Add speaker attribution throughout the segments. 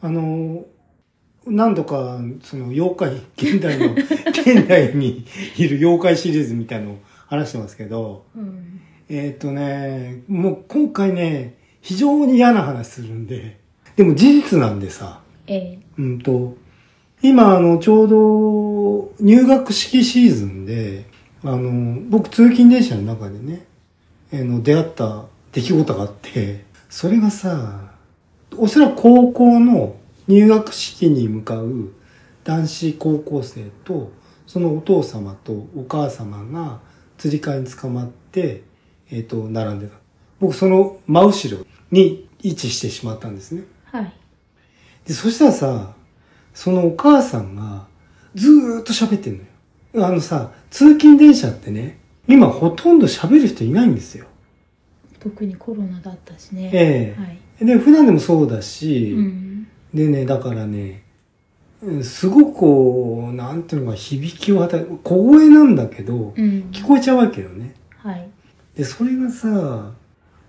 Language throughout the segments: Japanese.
Speaker 1: あの、何度か、その、妖怪、現代の、現代にいる妖怪シリーズみたいのを話してますけど、
Speaker 2: うん、
Speaker 1: えーっ、とね、もう今回ね、非常に嫌な話するんで、でも事実なんでさ、
Speaker 2: え
Speaker 1: うんと、今、あの、ちょうど、入学式シーズンで、あの、僕、通勤電車の中でね、あの、出会った出来事があって、それがさ、おそらく高校の入学式に向かう男子高校生と、そのお父様とお母様が、釣り替えに捕まって、えっ、と、並んでた。僕、その真後ろに位置してしまったんですね。
Speaker 2: はい
Speaker 1: で、そしたらさ、そのお母さんが、ずーっと喋ってんのよ。あのさ、通勤電車ってね、今ほとんど喋る人いないんですよ。
Speaker 2: 特にコロナだったしね
Speaker 1: ええ
Speaker 2: は
Speaker 1: で、
Speaker 2: い
Speaker 1: 普段でもそうだし、
Speaker 2: うん
Speaker 1: でね、だからね、うんすごくこう、なんていうのか、響きを与え、小声なんだけど、
Speaker 2: うん
Speaker 1: 聞こえちゃうわけよね。
Speaker 2: はい
Speaker 1: で、それがさ、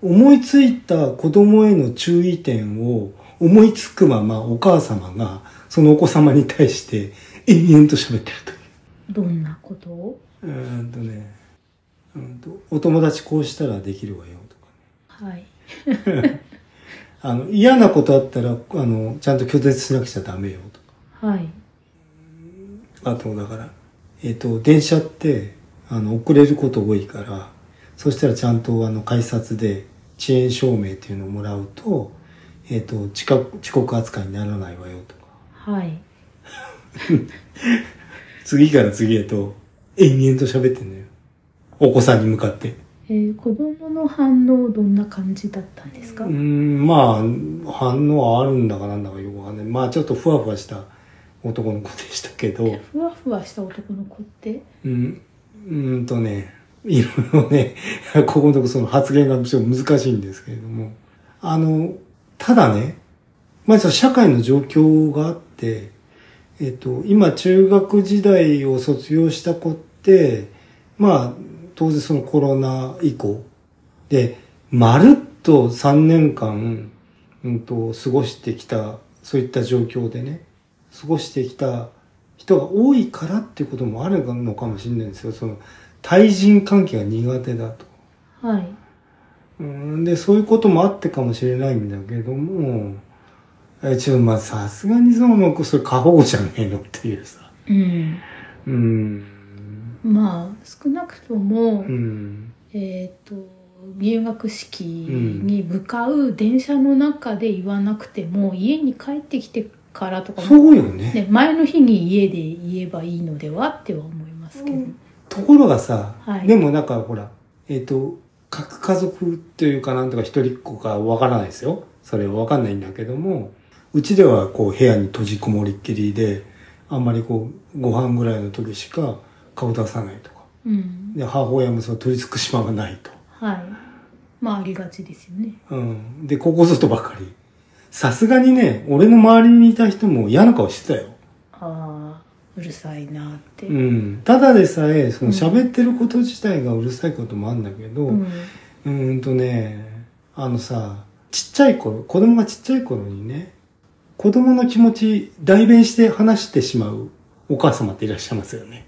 Speaker 1: 思いついた子供への注意点を思いつくままお母様がそのお子様に対して延々と喋ってる
Speaker 2: どんなことを
Speaker 1: という。うーんとね、うんと、お友達こうしたらできるわよとかね。
Speaker 2: はい
Speaker 1: あの、嫌なことあったら、あの、ちゃんと拒絶しなくちゃダメよと
Speaker 2: はい
Speaker 1: か。あと、だから、えっ、と、電車って、あの、遅れること多いから、そしたらちゃんとあの改札で遅延証明っていうのをもらうと、えっ、と遅刻、遅刻扱いにならないわよとか、
Speaker 2: はい
Speaker 1: 次から次へと延々と喋ってんのよ。お子さんに向かって。
Speaker 2: えー、子供の反応どんな感じだったんです
Speaker 1: う
Speaker 2: か、
Speaker 1: ーん、まあ、反応はあるんだかなんだかよくわかんない。まあ、ちょっとふわふわした男の子でしたけど、
Speaker 2: ふわふわした男の子って
Speaker 1: うん、うーんとね、いろいろね、 ここのとこその発言がちょっと難しいんですけれども、あの、ただね、まず社会の状況があって、えっと、今中学時代を卒業した子って、まあ、当然そのコロナ以降で、まるっと3年間、うんと、過ごしてきた、そういった状況でね、過ごしてきた人が多いからっていうこともあるのかもしれないんですよ。その、対人関係が苦手だと。
Speaker 2: はい
Speaker 1: うんで、そういうこともあってかもしれないんだけども、えちょっとまあさすがにその、それ過保護じゃねえのっていうさ。
Speaker 2: うん
Speaker 1: うん。
Speaker 2: まあ少なくと
Speaker 1: う
Speaker 2: も、
Speaker 1: ん。
Speaker 2: えっ、と入学式に向かう電車の中で言わなくても、家に帰ってきてからとかも
Speaker 1: そうよね。
Speaker 2: ね、前の日に家で言えばいいのではっては思いますけど、
Speaker 1: ところがさ、
Speaker 2: はい
Speaker 1: でもなんかほら、えっ、と、各家族というかなんとか一人っ子かわからないですよ。それはわかんないんだけども、うちではこう部屋に閉じこもりっきりで、あんまりこうご飯ぐらいの時しか顔出さないとか。
Speaker 2: うん
Speaker 1: で、母親もその取り付く島がないと。
Speaker 2: はいまあありがちですよね
Speaker 1: うん。で、ここぞとばかり。さすがにね、俺の周りにいた人も嫌な顔してたよ。
Speaker 2: ああうるさいなって、
Speaker 1: うん。ただでさえ、その喋ってること自体がうるさいこともあるんだけど、
Speaker 2: うん
Speaker 1: うーんとね、あのさ、ちっちゃい頃、子供がちっちゃい頃にね、子供の気持ち代弁して話してしまうお母様っていらっしゃいますよね。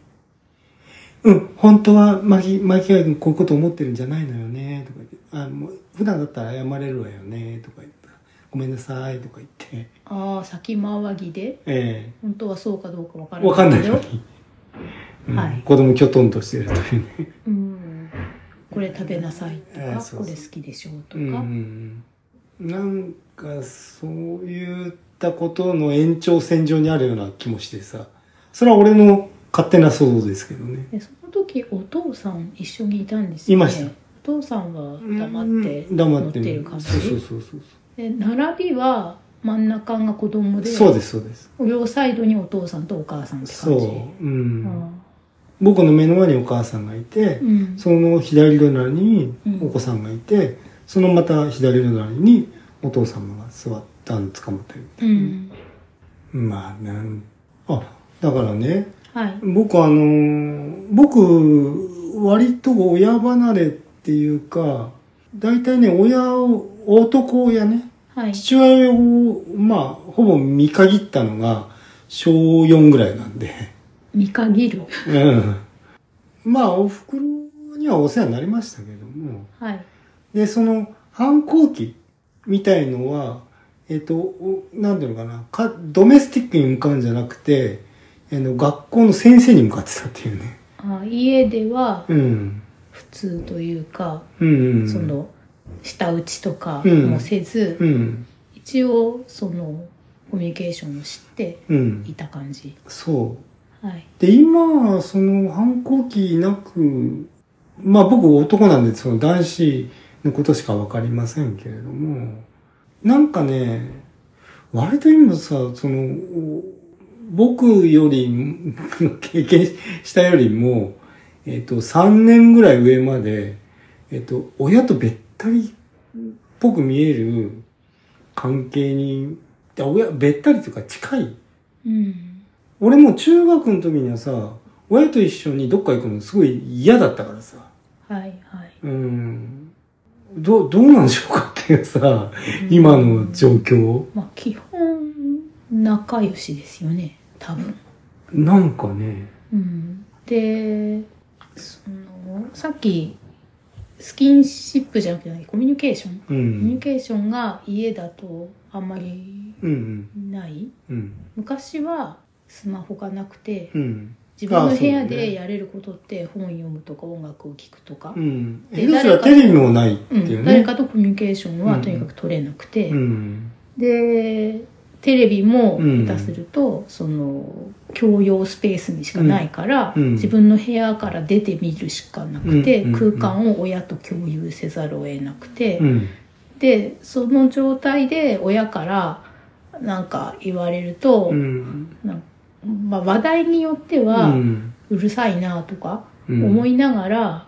Speaker 1: うん、本当は、マキ、マキ君こういうこと思ってるんじゃないのよね、とか言って、あ、もう、普段だったら謝れるわよね、とか言って、ごめんなさい、とか言って、
Speaker 2: ああ先回りで
Speaker 1: え
Speaker 2: 本当はそうかどうかわ
Speaker 1: え
Speaker 2: からない
Speaker 1: わかんない
Speaker 2: け
Speaker 1: の
Speaker 2: ど
Speaker 1: に、うん
Speaker 2: はい
Speaker 1: 子供きょとんとしてるというね。
Speaker 2: うん、これ食べなさいとか、
Speaker 1: えーそうそう
Speaker 2: これ好きでしょうとか、
Speaker 1: うんなんかそういったことの延長線上にあるような気もしてさそれは俺の勝手な想像ですけどね
Speaker 2: でその時お父さん一緒にいたんですよね
Speaker 1: いました
Speaker 2: お父さんは黙って
Speaker 1: うん黙って
Speaker 2: 乗ってる感じ
Speaker 1: そうそうそうそう
Speaker 2: で並びは真ん中が子供で
Speaker 1: そうですそうです
Speaker 2: 両サイドにお父さんとお母さんって
Speaker 1: そ
Speaker 2: 感じ
Speaker 1: う、う、
Speaker 2: うんん
Speaker 1: 僕の目の前にお母さんがいて、
Speaker 2: うん
Speaker 1: その左隣にお子さんがいて、そのまた左隣にお父様が座ったん捕まってるみた
Speaker 2: う
Speaker 1: いな、
Speaker 2: ん
Speaker 1: まあなんあだからね
Speaker 2: はい
Speaker 1: 僕あのー僕割と親離れっていうか大体ね親を男親ね
Speaker 2: はい。
Speaker 1: 父親を、まあ、ほぼ見限ったのが、小4ぐらいなんで。
Speaker 2: 見限る。
Speaker 1: うん。まあ、お袋にはお世話になりましたけども。
Speaker 2: はい。
Speaker 1: で、その、反抗期みたいのは、えっ、と、おなんていうのかなか、ドメスティックに向かうんじゃなくて、あの、学校の先生に向かってたっていうね。
Speaker 2: あ家では
Speaker 1: うん。
Speaker 2: 普通というか、
Speaker 1: うん、うん。
Speaker 2: そ、の、舌打ちとか
Speaker 1: うん
Speaker 2: もせず、
Speaker 1: うん。
Speaker 2: 一応、その、コミュニケーションを知って
Speaker 1: うん。
Speaker 2: いた感じ。
Speaker 1: そう。
Speaker 2: はい。
Speaker 1: で、今、その反抗期なく、まあ僕男なんで、その男子のことしかわかりませんけれども、なんかね、割と今さ、その、お僕より、経験したよりも、えっと、3年ぐらい上まで、えっと、親とべったりっぽく見える関係に、で親、べったりというか近い
Speaker 2: うん。
Speaker 1: 俺も中学の時にはさ親と一緒にどっか行くのすごい嫌だったからさ
Speaker 2: はい、はい。
Speaker 1: うんどうどうなんでしょうかっていうさ今の状況
Speaker 2: まあ、基本、仲良しですよね、多分。
Speaker 1: なんかね
Speaker 2: うん。で、その、さっき、スキンシップじゃなくて、コミュニケーション
Speaker 1: う
Speaker 2: コミュニ
Speaker 1: ん
Speaker 2: ケーションが家だとあんまり
Speaker 1: うん
Speaker 2: ない
Speaker 1: うん
Speaker 2: 昔はスマホがなくて
Speaker 1: うん
Speaker 2: 自分の
Speaker 1: あ
Speaker 2: 部屋
Speaker 1: そうね
Speaker 2: でやれることって本読むとか音楽を聴くとか
Speaker 1: う、ん
Speaker 2: で
Speaker 1: えどち
Speaker 2: 誰
Speaker 1: ら
Speaker 2: か
Speaker 1: テレビもないって
Speaker 2: うん
Speaker 1: いうね
Speaker 2: 誰かとコミュニケーションはとにかく取れなくて、
Speaker 1: うん
Speaker 2: でテレビも
Speaker 1: うん
Speaker 2: 下手すると、その共用スペースにしかないから、
Speaker 1: うんうん
Speaker 2: 自分の部屋から出てみるしかなくて、
Speaker 1: うんうんうん
Speaker 2: 空間を親と共有せざるを得なくて。
Speaker 1: うん
Speaker 2: でその状態で親からなんか言われると、
Speaker 1: うん
Speaker 2: なんまあ、話題によって
Speaker 1: う
Speaker 2: は
Speaker 1: ん
Speaker 2: うるさいなとか
Speaker 1: うん
Speaker 2: 思いながら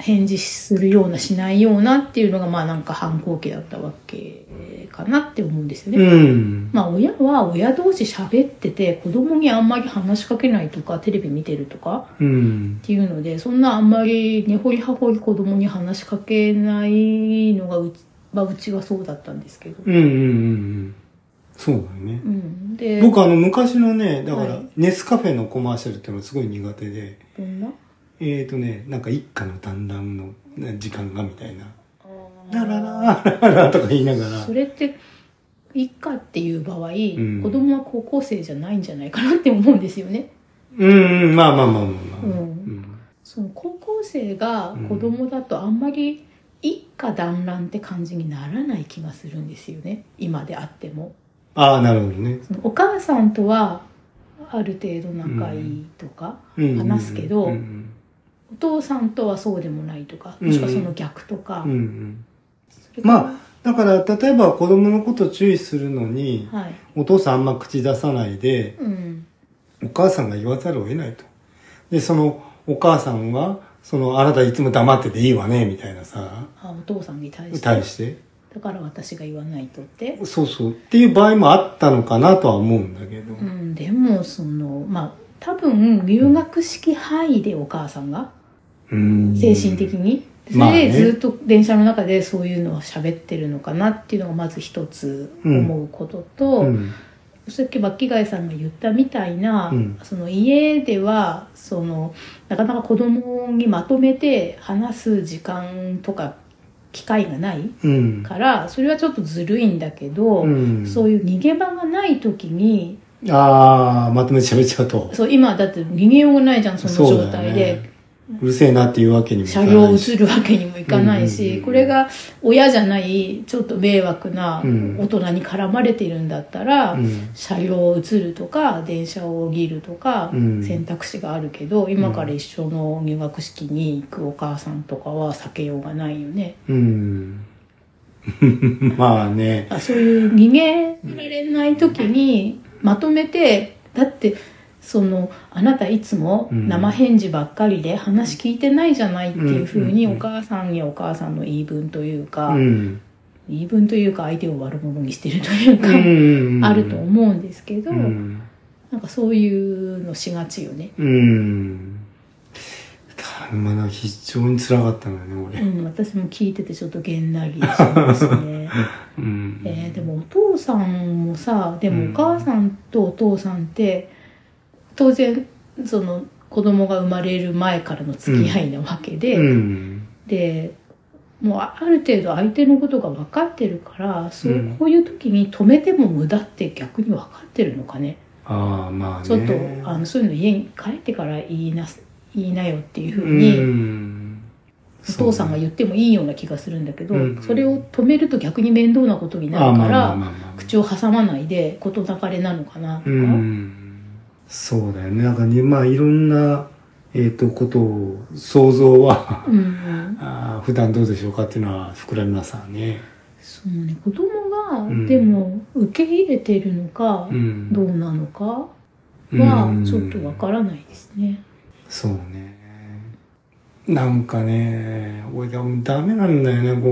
Speaker 2: 返事するようなしないようなっていうのがまあなんか反抗期だったわけかなって思うんですよね。
Speaker 1: うん
Speaker 2: まあ親は親同士喋ってて子供にあんまり話しかけないとかテレビ見てるとか
Speaker 1: うん
Speaker 2: っていうのでそんなあんまり根掘り葉掘り子供に話しかけないのがうち,、まあ、うちはそうだったんですけど。
Speaker 1: うんうんうんそうだよね
Speaker 2: うん、で
Speaker 1: 僕あの昔のねだから
Speaker 2: はい
Speaker 1: ネスカフェのコマーシャルっていうのがすごい苦手で
Speaker 2: どんな
Speaker 1: えーとね、なんか一家の団らんの時間がみたいな。
Speaker 2: あー
Speaker 1: ララララララとか言いながら
Speaker 2: そ。れって一家っていう場合、
Speaker 1: ん
Speaker 2: 子供は高校生じゃないんじゃないかなって思うんですよね。
Speaker 1: うんうん、まあまあまあまあまあ。
Speaker 2: うん
Speaker 1: うん
Speaker 2: その高校生が子供だとあんまり一家団らんって感じにならない気がするんですよね今であっても。
Speaker 1: ああ、なるほどね。
Speaker 2: そのお母さんとはある程度仲いいとか、
Speaker 1: うんうんうん
Speaker 2: 話すけど
Speaker 1: うん
Speaker 2: お父さんとはそうでもないとか
Speaker 1: うん
Speaker 2: もしくはその逆とか、
Speaker 1: うんうんうん
Speaker 2: それから
Speaker 1: まあ、だから例えば子供のこと注意するのに、
Speaker 2: はい、
Speaker 1: お父さんあんま口出さないで、
Speaker 2: うん、
Speaker 1: お母さんが言わざるを得ないと。で、そのお母さんは、そのあなたいつも黙ってていいわね、みたいなさ、
Speaker 2: あお父さんに対して
Speaker 1: 対して。
Speaker 2: だから私が言わないとって
Speaker 1: そうそう。っていう場合もあったのかなとは思うんだけど。
Speaker 2: うん、でもそのまあ多分入学式範囲でお母さんが
Speaker 1: うん
Speaker 2: 精神的に、
Speaker 1: まあ
Speaker 2: それ
Speaker 1: ね
Speaker 2: でずっと電車の中でそういうのを喋ってるのかなっていうのがまず一つ思うことと、
Speaker 1: うん
Speaker 2: さっきバッキガイさんが言ったみたいな、
Speaker 1: うん
Speaker 2: その家ではそのなかなか子供にまとめて話す時間とか機会がない
Speaker 1: うん
Speaker 2: からそれはちょっとずるいんだけど、
Speaker 1: うん
Speaker 2: そういう逃げ場がない時に
Speaker 1: ああまとめて喋っちゃうと
Speaker 2: そう今だって逃げようがないじゃんその状
Speaker 1: そ
Speaker 2: 態
Speaker 1: うだよ
Speaker 2: で、
Speaker 1: ねうるせえなっていうわけにもいか
Speaker 2: 車
Speaker 1: ないし
Speaker 2: 両を移るわけにもいかな
Speaker 1: うん
Speaker 2: い
Speaker 1: うんう
Speaker 2: し
Speaker 1: ん
Speaker 2: これが親じゃないちょっと迷惑な
Speaker 1: うん
Speaker 2: 大人に絡まれているんだったら、
Speaker 1: うん
Speaker 2: 車両を移るとか電車を降りるとか
Speaker 1: うん
Speaker 2: 選択肢があるけど、今から一緒の入学式に行くお母さんとかは避けようがないよね
Speaker 1: うんまあね
Speaker 2: あそういう逃げられない時にまとめてだってそのあなたいつも
Speaker 1: うん
Speaker 2: 生返事ばっかりで話聞いてないじゃないっていうふうに
Speaker 1: うん
Speaker 2: お母さんやお母さんの言い分というか、
Speaker 1: うん
Speaker 2: 言い分というか相手を悪者にしてるというか、
Speaker 1: うん
Speaker 2: あると思うんですけど、
Speaker 1: うん
Speaker 2: なんかそういうのしがちよね。
Speaker 1: うんたまだ非常に辛かったのよね、
Speaker 2: う
Speaker 1: 俺。
Speaker 2: ん、私も聞いててちょっとげんなりしますね。
Speaker 1: うん。
Speaker 2: えーでもお父さんもさで
Speaker 1: うん
Speaker 2: もお母さんとお父さんって、当然その子供が生まれる前からの付き合いなわけで、
Speaker 1: うん。
Speaker 2: でもうあある程度相手のことが分かってるからそう
Speaker 1: うん
Speaker 2: こういう時に止めても無駄って逆に分かってるのかね
Speaker 1: ああ、まあね。
Speaker 2: ちょっとあのそういうの家に帰ってから言いなす言いなよっていうふ
Speaker 1: う
Speaker 2: うに、
Speaker 1: ん。
Speaker 2: お父さんが
Speaker 1: う
Speaker 2: 言ってもいいような気がするんだけど、
Speaker 1: うん
Speaker 2: それを止めると逆に面倒なことに
Speaker 1: ねあ
Speaker 2: な
Speaker 1: あ
Speaker 2: るか
Speaker 1: まあ
Speaker 2: ら。
Speaker 1: まあまあまあ
Speaker 2: 口を挟まないで事なかれなのかなとか、
Speaker 1: うん。そうだよね。なんかね、まあいろんな、えっ、と、ことを、想像は、
Speaker 2: うんうん
Speaker 1: あー普段どうでしょうかっていうのは膨らみますわね。
Speaker 2: そうね子供が、
Speaker 1: うん
Speaker 2: でも受け入れてるのか、
Speaker 1: うん。
Speaker 2: どうなのか
Speaker 1: うん
Speaker 2: はちょっとわからないですね。
Speaker 1: そうね。なんかね、俺がダメなんだよね、こ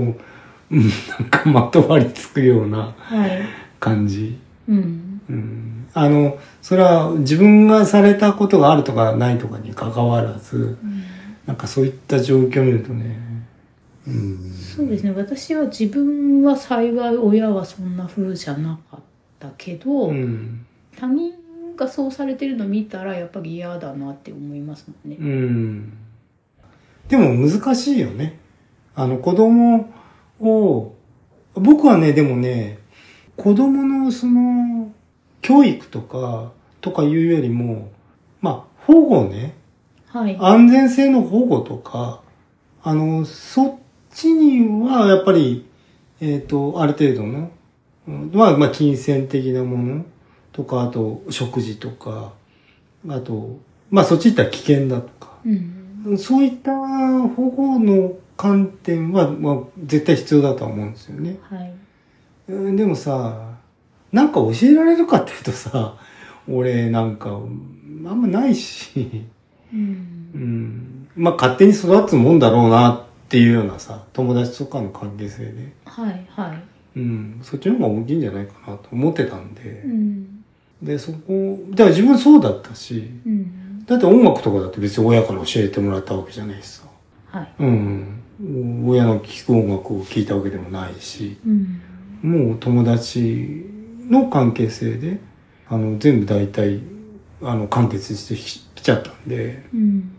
Speaker 1: う、うんなんかまとわりつくような
Speaker 2: はい、
Speaker 1: 感じ。
Speaker 2: うん、
Speaker 1: うん。あの、それは自分がされたことがあるとかないとかに関わらず、なんかそういった状況を見るとね、うん。
Speaker 2: そうですね私は自分は幸い親はそんな風じゃなかったけど、
Speaker 1: うん。
Speaker 2: 他人がそうされてるの見たらやっぱり嫌だなって思いますもんね。
Speaker 1: うん。でも難しいよね。あの子供を、僕はね、でもね、子供のその、教育とか、とかいうよりも、まあ、保護ね、
Speaker 2: はい、
Speaker 1: 安全性の保護とか、あの、そっちにはやっぱり、えっ、と、ある程度の、うんまあ、まあ、金銭的なものとか、あと、食事とか、あと、まあ、そっち行ったら危険だとか、
Speaker 2: うん、
Speaker 1: そういった保護の観点は、まあ、絶対必要だとは思うんですよね。
Speaker 2: はい、
Speaker 1: うんでもさ、なんか教えられるかっていうとさ、俺なんか、うんあんまないし、
Speaker 2: うん
Speaker 1: うん、まあ勝手に育つもんだろうなっていうようなさ、友達とかの関係性で、
Speaker 2: はいはい、
Speaker 1: うん、そっちの方が大きいんじゃないかなと思ってたんで
Speaker 2: う、ん
Speaker 1: で、そこ、だから自分そうだったし、
Speaker 2: うん、
Speaker 1: だって音楽とかだって別に親から教えてもらったわけじゃないしさ。
Speaker 2: はい。
Speaker 1: うん、親の聴く音楽を聴いたわけでもないし
Speaker 2: うん
Speaker 1: もう友達の関係性であの全部大体あの完結してききちゃったんで
Speaker 2: うん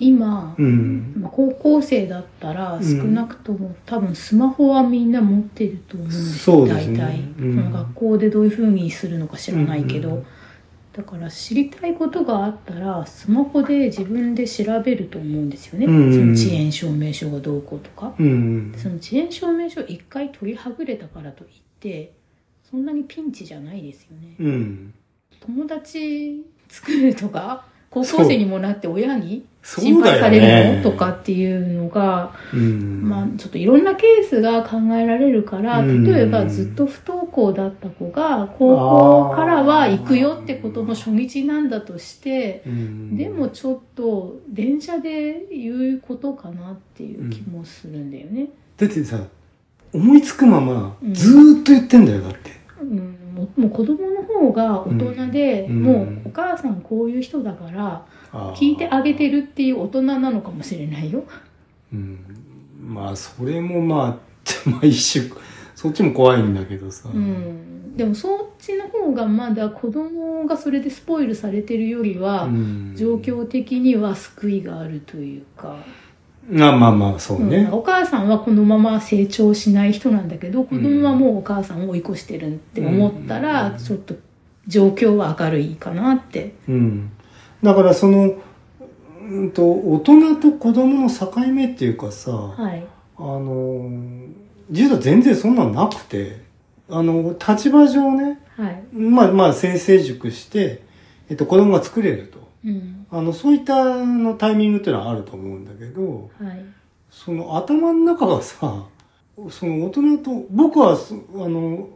Speaker 2: 今、
Speaker 1: うん
Speaker 2: まあ高校生だったら
Speaker 1: ん
Speaker 2: 少なくとも、多分スマホはみんな持ってると思うんです
Speaker 1: そ
Speaker 2: よ
Speaker 1: うですね
Speaker 2: 大体、
Speaker 1: うん
Speaker 2: その学校でどういうふうにするのか知らないけど、
Speaker 1: うん
Speaker 2: だから知りたいことがあったらスマホで自分で調べると思うんですよね、
Speaker 1: うん
Speaker 2: その遅延証明書がどうこうとか。
Speaker 1: うん
Speaker 2: その遅延証明書一回取りはぐれたからといってそんなにピンチじゃないですよね。
Speaker 1: うん
Speaker 2: 友達作るとか高校生にもなって親に
Speaker 1: そ
Speaker 2: 心
Speaker 1: うだ
Speaker 2: 配さ
Speaker 1: よ
Speaker 2: れる
Speaker 1: ね
Speaker 2: のとかっていうのが、
Speaker 1: うん
Speaker 2: まあ、ちょっといろんなケースが考えられるから
Speaker 1: うん
Speaker 2: 例えばずっと不登校だった子が高校からは行くよってことの初日なんだとして
Speaker 1: うん
Speaker 2: でもちょっと電車で言うことかなっていう気もするんだよね。
Speaker 1: だってさ思いつくまま
Speaker 2: うん
Speaker 1: ずーっと言ってんだよだって
Speaker 2: うん、もうもう子供の方が大人で、
Speaker 1: うん
Speaker 2: も
Speaker 1: うん
Speaker 2: うお母さんこういう人だから
Speaker 1: あー
Speaker 2: 聞いてあげてるっていう大人なのかもしれないよ。
Speaker 1: うんまあそれもまあ まあ一種そっちも怖いんだけどさ
Speaker 2: うん、でもそっちの方がまだ子供がそれでスポイルされてるよりは、
Speaker 1: うん
Speaker 2: 状況的には救いがあるというか、
Speaker 1: あまあまあそう
Speaker 2: うん
Speaker 1: ね、
Speaker 2: お母さんはこのまま成長しない人なんだけど子供はもうお母さんを追い越してるって思ったら、
Speaker 1: うん
Speaker 2: ちょっと状況は明るいかなって。
Speaker 1: うんだからそのうんと大人と子供の境目っていうかさ、
Speaker 2: はい、
Speaker 1: あの実は全然そんなんなくてあの立場上ね
Speaker 2: はい
Speaker 1: まあまあ先生塾して、えっと、子供が作れると
Speaker 2: うん
Speaker 1: あのそういったあのタイミングっていうのはあると思うんだけど、
Speaker 2: はい
Speaker 1: その頭の中がさ、その大人と、僕はそ、あの、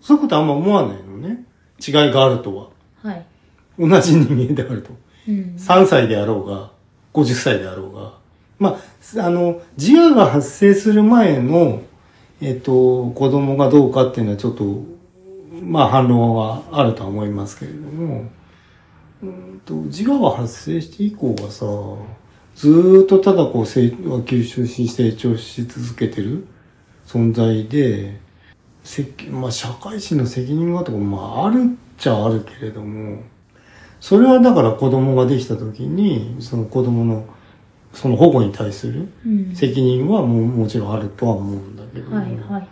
Speaker 1: そういうことあんま思わないのね。違いがあるとは。
Speaker 2: はい。
Speaker 1: 同じ人間であると。
Speaker 2: うん
Speaker 1: 3歳であろうが、50歳であろうが。まあ、あの、自我が発生する前の、えっと、子供がどうかっていうのはちょっと、まあ、反論はあるとは思いますけれども、うんと、自我が発生して以降はさ、ずーっとただこう成吸収し成長し続けてる存在で、責まあ、社会人の責任がとか、まあ、あるっちゃあるけれども、それはだから子供ができた時に、その子供の、その保護に対する
Speaker 2: うん
Speaker 1: 責任はもうもちろんあるとは思うんだけども。
Speaker 2: はいはい、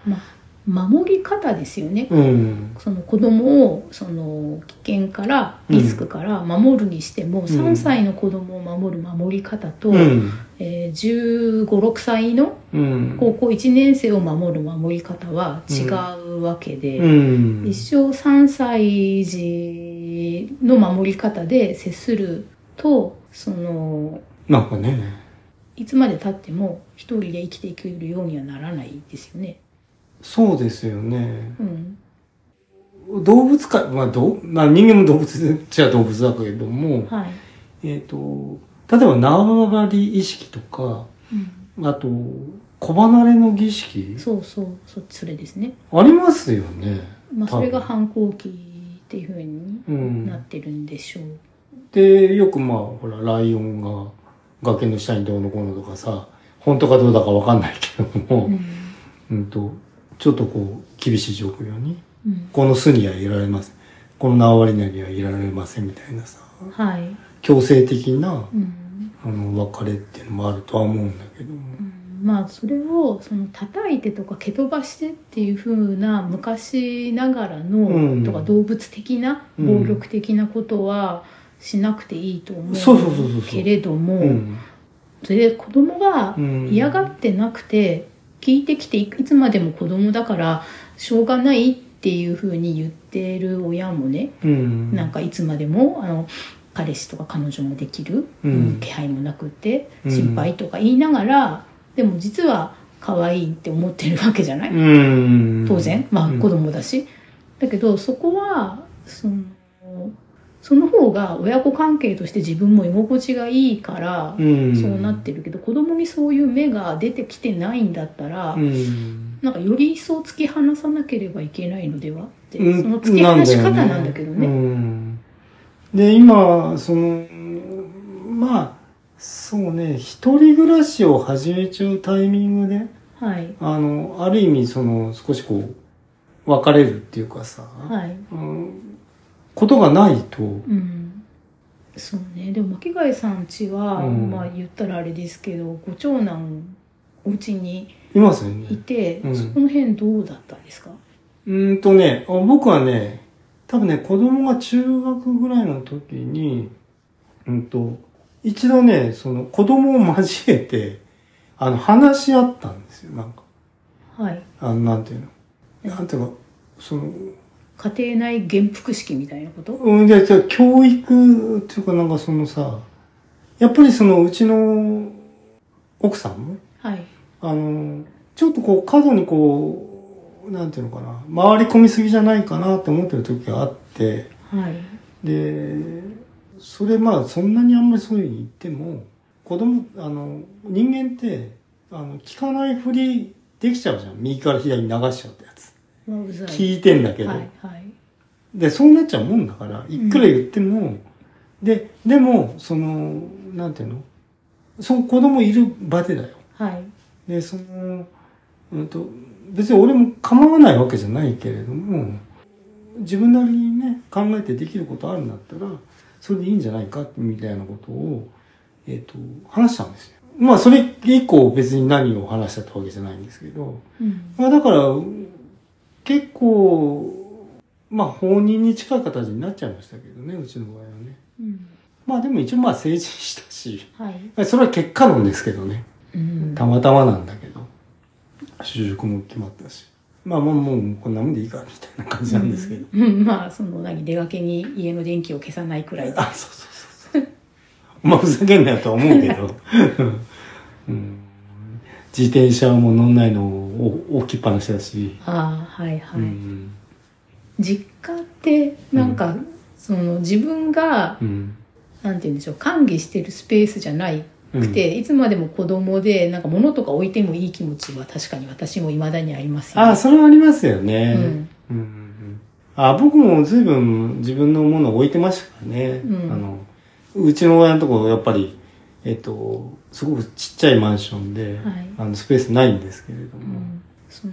Speaker 2: まあ、守り方ですよね
Speaker 1: うん。
Speaker 2: その子供をその危険から
Speaker 1: うん
Speaker 2: リスクから守るにしても、
Speaker 1: ん
Speaker 2: 3歳の子供を守る守り方と、
Speaker 1: うん。
Speaker 2: えー、1 5 6歳の
Speaker 1: うん。
Speaker 2: 高校1年生を守る守り方は違うわけで、
Speaker 1: うん。
Speaker 2: 一生3歳児の守り方で接するとその
Speaker 1: なんかね。
Speaker 2: いつまで経っても一人で生きていけるようにはならないですよね。
Speaker 1: そうですよね。
Speaker 2: うん
Speaker 1: 動物界、まあ、どう、まあ、人間も動物っちゃ動物だけれども、
Speaker 2: はい
Speaker 1: えっ、と、例えば縄張り意識とか、
Speaker 2: うん、
Speaker 1: あと、子離れの儀式
Speaker 2: そうそうそそれですね、
Speaker 1: ありますよね。
Speaker 2: まあ、
Speaker 1: 多
Speaker 2: そ
Speaker 1: 分
Speaker 2: れが反抗期っていうふうに
Speaker 1: うん
Speaker 2: なってるんでしょう、
Speaker 1: で、よくまあ、ほら、ライオンが崖の下にどうのこうのとかさ、本当かどうだかわかんないけども、
Speaker 2: うん
Speaker 1: うんと、ちょっとこう、厳しい状況に、
Speaker 2: うん
Speaker 1: この巣にはいられます。この縄張りにはいられませんみたいなさ、
Speaker 2: はい、
Speaker 1: 強制的な、
Speaker 2: うん
Speaker 1: あの、別れっていうのもあるとは思うんだけども。
Speaker 2: うん、まあそれをその叩いてとか蹴飛ばしてっていうふうな昔ながらの、
Speaker 1: うん
Speaker 2: とか動物的な
Speaker 1: うん
Speaker 2: 暴力的なことはしなくていいと思
Speaker 1: そうそうそうそう
Speaker 2: う
Speaker 1: そう
Speaker 2: けれども、
Speaker 1: うん。
Speaker 2: それで子供が
Speaker 1: うん
Speaker 2: 嫌がってなくて聞いてきていつまでも子供だからしょうがないっていうふうに言ってる親もね
Speaker 1: うん。
Speaker 2: なんかいつまでもあの彼氏とか彼女もできる、
Speaker 1: うん
Speaker 2: 気配もなくて
Speaker 1: うん
Speaker 2: 心配とか言いながら、でも実は可愛いって思ってるわけじゃない、
Speaker 1: うん。
Speaker 2: 当然まあ
Speaker 1: うん
Speaker 2: 子供だし、だけどそこはそのその方が親子関係として自分も居心地がいいから
Speaker 1: う、ん。
Speaker 2: そうなってるけど子供にそういう目が出てきてないんだったら、
Speaker 1: うん。
Speaker 2: なんかより一層突き放さなければいけないのではって、
Speaker 1: うん
Speaker 2: その突き放し方なんだけどね。
Speaker 1: うんで、今、その、まあ、そうね、一人暮らしを始めちゃうタイミングで、
Speaker 2: はい
Speaker 1: あの、ある意味、その、少しこう、別れるっていうかさ、
Speaker 2: はい
Speaker 1: うんことがないと、
Speaker 2: うんそうねでも巻貝さん家は、
Speaker 1: うん
Speaker 2: まあ言ったらあれですけどご長男お家に
Speaker 1: いますよね
Speaker 2: い。て、
Speaker 1: うん
Speaker 2: そこの辺どうだったんですか
Speaker 1: うーんとね、あ僕はね、多分ね、子供が中学ぐらいの時に、うんと、一度ね、その子供を交えて、あの、話し合ったんですよ、なんか。
Speaker 2: はい
Speaker 1: あの、なんていう
Speaker 2: うん
Speaker 1: の。なんていうか、その、
Speaker 2: 家庭内元服式みたいなこと
Speaker 1: うん、じゃあじゃあ教育っていうかなんかそのさ、やっぱりその、うちの奥さんも、
Speaker 2: はい
Speaker 1: あの、ちょっとこう、過度にこう、なんていうのかな、回り込みすぎじゃないかなって思ってる時があって、
Speaker 2: はい
Speaker 1: でそれまあそんなにあんまりそういうふうに言っても子供あの人間ってあの聞かないふりできちゃうじゃん右から左に流しちゃったやつ、
Speaker 2: まあうざい
Speaker 1: 聞いてんだけど、
Speaker 2: はいはい
Speaker 1: でそうなっちゃうもんだからいくら言っても、ででもそのなんていうのそう子供いる場でだよ
Speaker 2: はい
Speaker 1: でその、うん、と別に俺も構わないわけじゃないけれども自分なりにね考えてできることあるんだったらそれでいいんじゃないかみたいなことを、えっと話したんですよ。まあそれ以降別に何を話したってわけじゃないんですけど、
Speaker 2: うん
Speaker 1: まあだから結構まあ放任に近い形になっちゃいましたけどねうちの場合はね。
Speaker 2: うん
Speaker 1: まあでも一応まあ成人したし、
Speaker 2: はい
Speaker 1: まあそれは結果論ですけどね。
Speaker 2: うん
Speaker 1: たまたまなんだけど就職も決まったしまあまあもうこんなもんでいいかみたいな感じなんですけど、
Speaker 2: うんうんまあその何出かけに家の電気を消さないくらい
Speaker 1: あそうそうそうそうお前ふざけんなよとは思うけど、うん、自転車はもう乗んないのを置きっぱなしだし、
Speaker 2: ああはいはい、
Speaker 1: うん
Speaker 2: 実家ってなんか、その自分が
Speaker 1: うん
Speaker 2: なんて言うんでしょう管理してるスペースじゃない
Speaker 1: うん
Speaker 2: くて、いつまでも子供でなんか物とか置いてもいい気持ちは確かに私も未だにありますよ、
Speaker 1: ああそれはありますよね、
Speaker 2: うん
Speaker 1: うんうんうんあ僕も随分自分のものを置いてましたからね、
Speaker 2: うん
Speaker 1: あのうちの親のとこやっぱりえっと、すごくちっちゃいマンションで、
Speaker 2: はい
Speaker 1: あのスペースないんですけれど
Speaker 2: う
Speaker 1: も、
Speaker 2: んその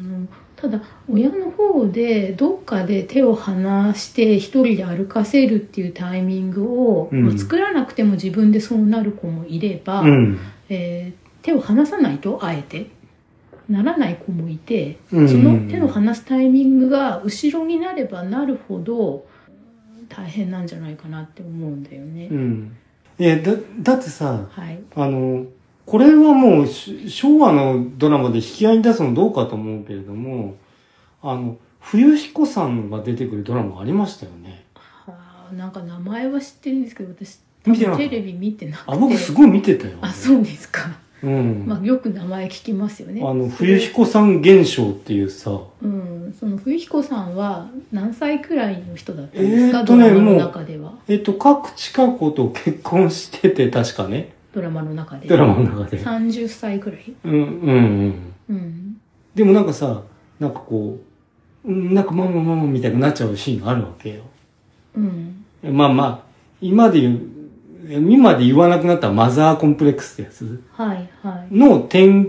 Speaker 2: ただ親の方でどっかで手を離して一人で歩かせるっていうタイミングを、
Speaker 1: うん
Speaker 2: まあ作らなくても自分でそうなる子もいれば、
Speaker 1: うん
Speaker 2: えー手を離さないとあえてならない子もいて、
Speaker 1: うん
Speaker 2: その手の離すタイミングが後ろになればなるほど大変なんじゃないかなって思うんだよね。
Speaker 1: うん、いやだだってさ
Speaker 2: はい、
Speaker 1: あのこれはもうし昭和のドラマで引き合いに出すのどうかと思うけれどもあの冬彦さんが出てくるドラマありましたよね
Speaker 2: あーなんか名前は知ってるんですけど私
Speaker 1: 見てなかった
Speaker 2: テレビ見てなくて
Speaker 1: あ僕すごい見てたよ
Speaker 2: あそうですか。
Speaker 1: うん、
Speaker 2: まあ、よく名前聞きますよね。
Speaker 1: あの冬彦さん現象っていうさ
Speaker 2: うん、その冬彦さんは何歳くらいの人だったん
Speaker 1: え
Speaker 2: ですか、
Speaker 1: ーっ
Speaker 2: ド
Speaker 1: とね
Speaker 2: ラマの中では。
Speaker 1: えっと各地下子と結婚してて確かね
Speaker 2: ドラマの中で。
Speaker 1: ドラマの中で
Speaker 2: 30歳くらい。
Speaker 1: うんうんうん
Speaker 2: うん。
Speaker 1: でもなんかさなんかこううんなんかママママみたいになっちゃうシーンがあるわけよ
Speaker 2: うん。
Speaker 1: まあまあ、今で言う、今で言わなくなったマザーコンプレックスってやつ
Speaker 2: はいはい。
Speaker 1: の典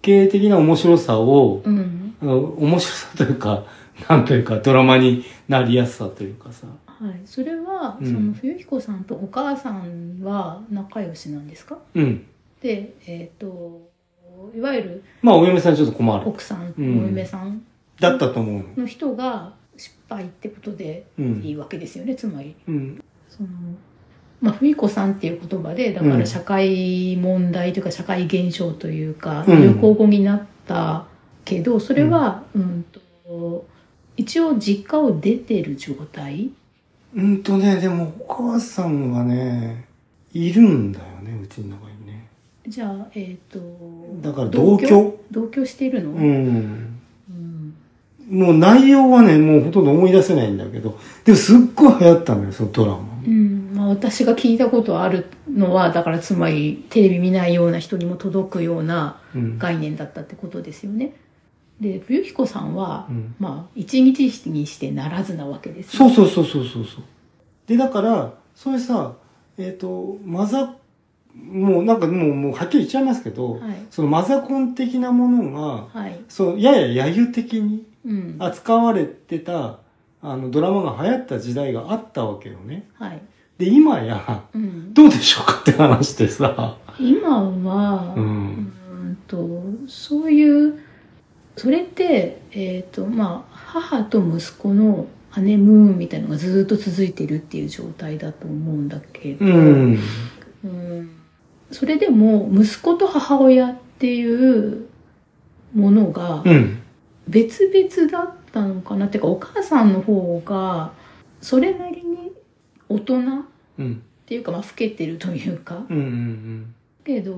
Speaker 1: 型的な面白さを、
Speaker 2: うん。
Speaker 1: あの面白さというか、なんというか、ドラマになりやすさというかさ。
Speaker 2: はい。それは、
Speaker 1: うん
Speaker 2: その冬彦さんとお母さんは仲良しなんですか
Speaker 1: うん。
Speaker 2: で、えっ、と、いわゆる
Speaker 1: まあ、お嫁さんちょっと困る。
Speaker 2: 奥さん、
Speaker 1: うん
Speaker 2: お嫁さん
Speaker 1: だったと思うの。
Speaker 2: の人が失敗ってことで
Speaker 1: う
Speaker 2: いい
Speaker 1: ん。
Speaker 2: わけですよね、つまり。
Speaker 1: うん。
Speaker 2: そのまあ、冬子さんっていう言葉でだか
Speaker 1: うん
Speaker 2: ら社会問題というか社会現象というか、
Speaker 1: うん
Speaker 2: 流行語になったけどそれは、うん、と一応実家を出てる状態
Speaker 1: うんとね、でもお母さんがね、いるんだよね、うちの中にね。
Speaker 2: じゃあえっ、と
Speaker 1: だから同居
Speaker 2: 同居してるの、
Speaker 1: うん。
Speaker 2: うん
Speaker 1: もう内容はね、もうほとんど思い出せないんだけど、でもすっごい流行ったのよ、そのドラマ。
Speaker 2: うんまあ、私が聞いたことあるのはだからつまりテレビ見ないような人にも届くような
Speaker 1: うん。
Speaker 2: 概念だったってことですよね。で冬彦さんは、
Speaker 1: うん
Speaker 2: まあ一日にしてならずなわけですよ
Speaker 1: そうそうそうそうそうそう。で、だから、そういうさ、えっ、と、マザ、もうなんかもう、もうはっきり言っちゃいますけど、
Speaker 2: はい
Speaker 1: そのマザコン的なものが、
Speaker 2: はい。
Speaker 1: そう、やや揶揄的に
Speaker 2: うん。
Speaker 1: 扱われてた、あの、ドラマが流行った時代があったわけよね。
Speaker 2: はい。
Speaker 1: で、今や、
Speaker 2: うん。
Speaker 1: どうでしょうかって話でさ、
Speaker 2: 今は、
Speaker 1: う。
Speaker 2: うんーんと、そういう、それって、えっ、と、まあ、母と息子のハネムーンみたいのがずっと続いてるっていう状態だと思うんだけど、
Speaker 1: うん。
Speaker 2: うんそれでも、息子と母親っていうものが、
Speaker 1: うん。
Speaker 2: 別々だったのかなっていうか、お母さんの方が、それなりに大人っ
Speaker 1: うん。
Speaker 2: ていうか、まあ、老けてるというか、
Speaker 1: うん。うんうん。
Speaker 2: けど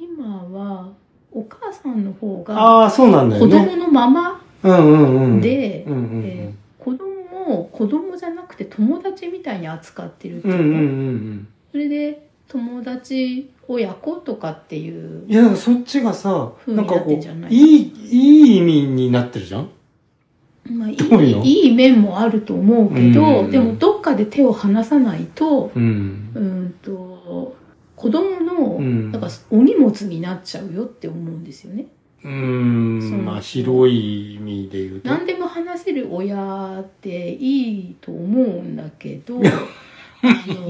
Speaker 2: 今はお母さんの方が
Speaker 1: ああ、そうなんだよ
Speaker 2: 子
Speaker 1: ね。
Speaker 2: 供のまま
Speaker 1: うんうんうん。
Speaker 2: で
Speaker 1: うんうんうん
Speaker 2: えー子供を子供じゃなくて友達みたいに扱ってるって
Speaker 1: うん
Speaker 2: いうう
Speaker 1: ん
Speaker 2: か、
Speaker 1: うん
Speaker 2: それで友達親子とかってい
Speaker 1: うん。
Speaker 2: う
Speaker 1: いや、だからそっちがさ、
Speaker 2: 風に
Speaker 1: なんか
Speaker 2: なって
Speaker 1: こ、
Speaker 2: んじゃないう
Speaker 1: いい、いい意味になってるじゃん
Speaker 2: まあい
Speaker 1: どうよ
Speaker 2: いいい面もあると思うけ
Speaker 1: うんうんう
Speaker 2: ど
Speaker 1: ん
Speaker 2: でもどっかで手を離さないと
Speaker 1: うん。
Speaker 2: うーんと子供の、
Speaker 1: うん。
Speaker 2: なんかお荷物になっちゃうよって思うんですよね。
Speaker 1: う
Speaker 2: そ
Speaker 1: ん、
Speaker 2: の
Speaker 1: まあ、広い意味で言うと。
Speaker 2: 何でも話せる親っていいと思うんだけ どあの、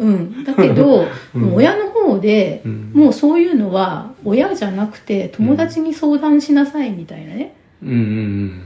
Speaker 2: うん、だけ ど、
Speaker 1: うん
Speaker 2: もう親の方で
Speaker 1: うん、
Speaker 2: もうそういうのは親じゃなくて友達に相談しなさいみたいなね、
Speaker 1: うんうん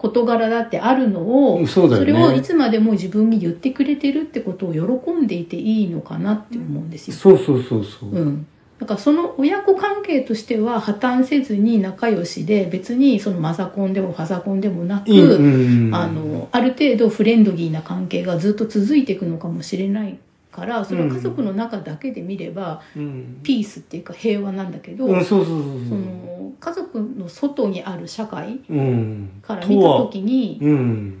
Speaker 2: 事柄だってあるの
Speaker 1: うん。
Speaker 2: を
Speaker 1: そうだよ
Speaker 2: そ
Speaker 1: ね。
Speaker 2: れをいつまでも自分に言ってくれてるってことを喜んでいていいのかなって思うんですよ。
Speaker 1: そうそうそうそう。
Speaker 2: うん、だからその親子関係としては破綻せずに仲良しで別にそのマザコンでもファザコンでもなく、
Speaker 1: いいうんうん
Speaker 2: あ、のある程度フレンドリーな関係がずっと続いていくのかもしれないからそれは家族の中だけで見れば、
Speaker 1: うん。
Speaker 2: ピースっていうか平和なんだけど、
Speaker 1: うん、そうそうそう
Speaker 2: そ
Speaker 1: そう。
Speaker 2: の家族の外にある社会
Speaker 1: うん。
Speaker 2: から見た時に
Speaker 1: うん。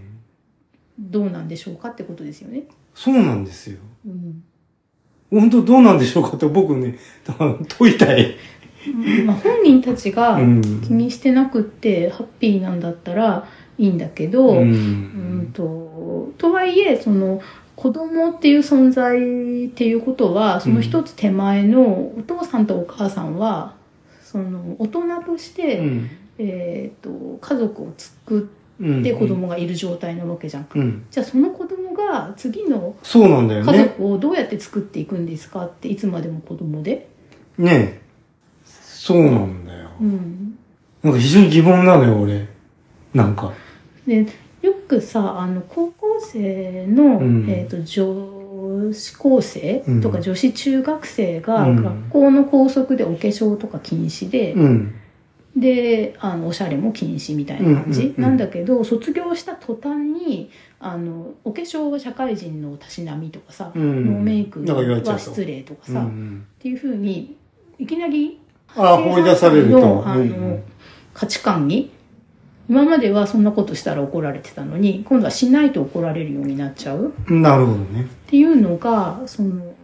Speaker 2: どうなんでしょうかってことですよね。
Speaker 1: そうなんですよ。
Speaker 2: うん
Speaker 1: 本当どうなんでしょうかって僕ね、だから 問いたい。
Speaker 2: まあ、本人たちが
Speaker 1: うん。
Speaker 2: 気にしてなくってハッピーなんだったらいいんだけど、
Speaker 1: う
Speaker 2: うん
Speaker 1: ん。
Speaker 2: ととはいえその子供っていう存在っていうことは、その一つ手前のお父さんとお母さんは、その大人として、
Speaker 1: うん
Speaker 2: えっ、と、家族を作
Speaker 1: うん
Speaker 2: って子供がいる状態なわけじゃん。
Speaker 1: うん
Speaker 2: じゃあその子供が次の
Speaker 1: そうなんだよ
Speaker 2: 家
Speaker 1: ね
Speaker 2: 族をどうやって作っていくんですかって、いつまでも子供で。
Speaker 1: ねえそうなんだよ
Speaker 2: うん。
Speaker 1: なんか非常に疑問なのよ俺なんか
Speaker 2: でよくさあの高校生の、
Speaker 1: うん
Speaker 2: えー、と女子高生と
Speaker 1: う
Speaker 2: か
Speaker 1: ん
Speaker 2: 女子中学生が
Speaker 1: うん
Speaker 2: 学校の校則でお化粧とか禁止で、
Speaker 1: うん
Speaker 2: であのおしゃれも禁止みたいな感じ、
Speaker 1: うんうんうん
Speaker 2: なんだけど卒業した途端にあのお化粧は社会人のたしなみとかさ、
Speaker 1: うん
Speaker 2: ノーメイク
Speaker 1: なんか言われちゃう
Speaker 2: は
Speaker 1: と
Speaker 2: 失礼とか
Speaker 1: う
Speaker 2: さ、
Speaker 1: んう
Speaker 2: っ
Speaker 1: ん
Speaker 2: ていうふうにいきなり
Speaker 1: ああ放り出されると
Speaker 2: のあの、
Speaker 1: うん
Speaker 2: 価値観に今まではそんなことしたら怒られてたのに今度はしないと怒られるようになっちゃうっ
Speaker 1: うんなるほどね
Speaker 2: ていうのがその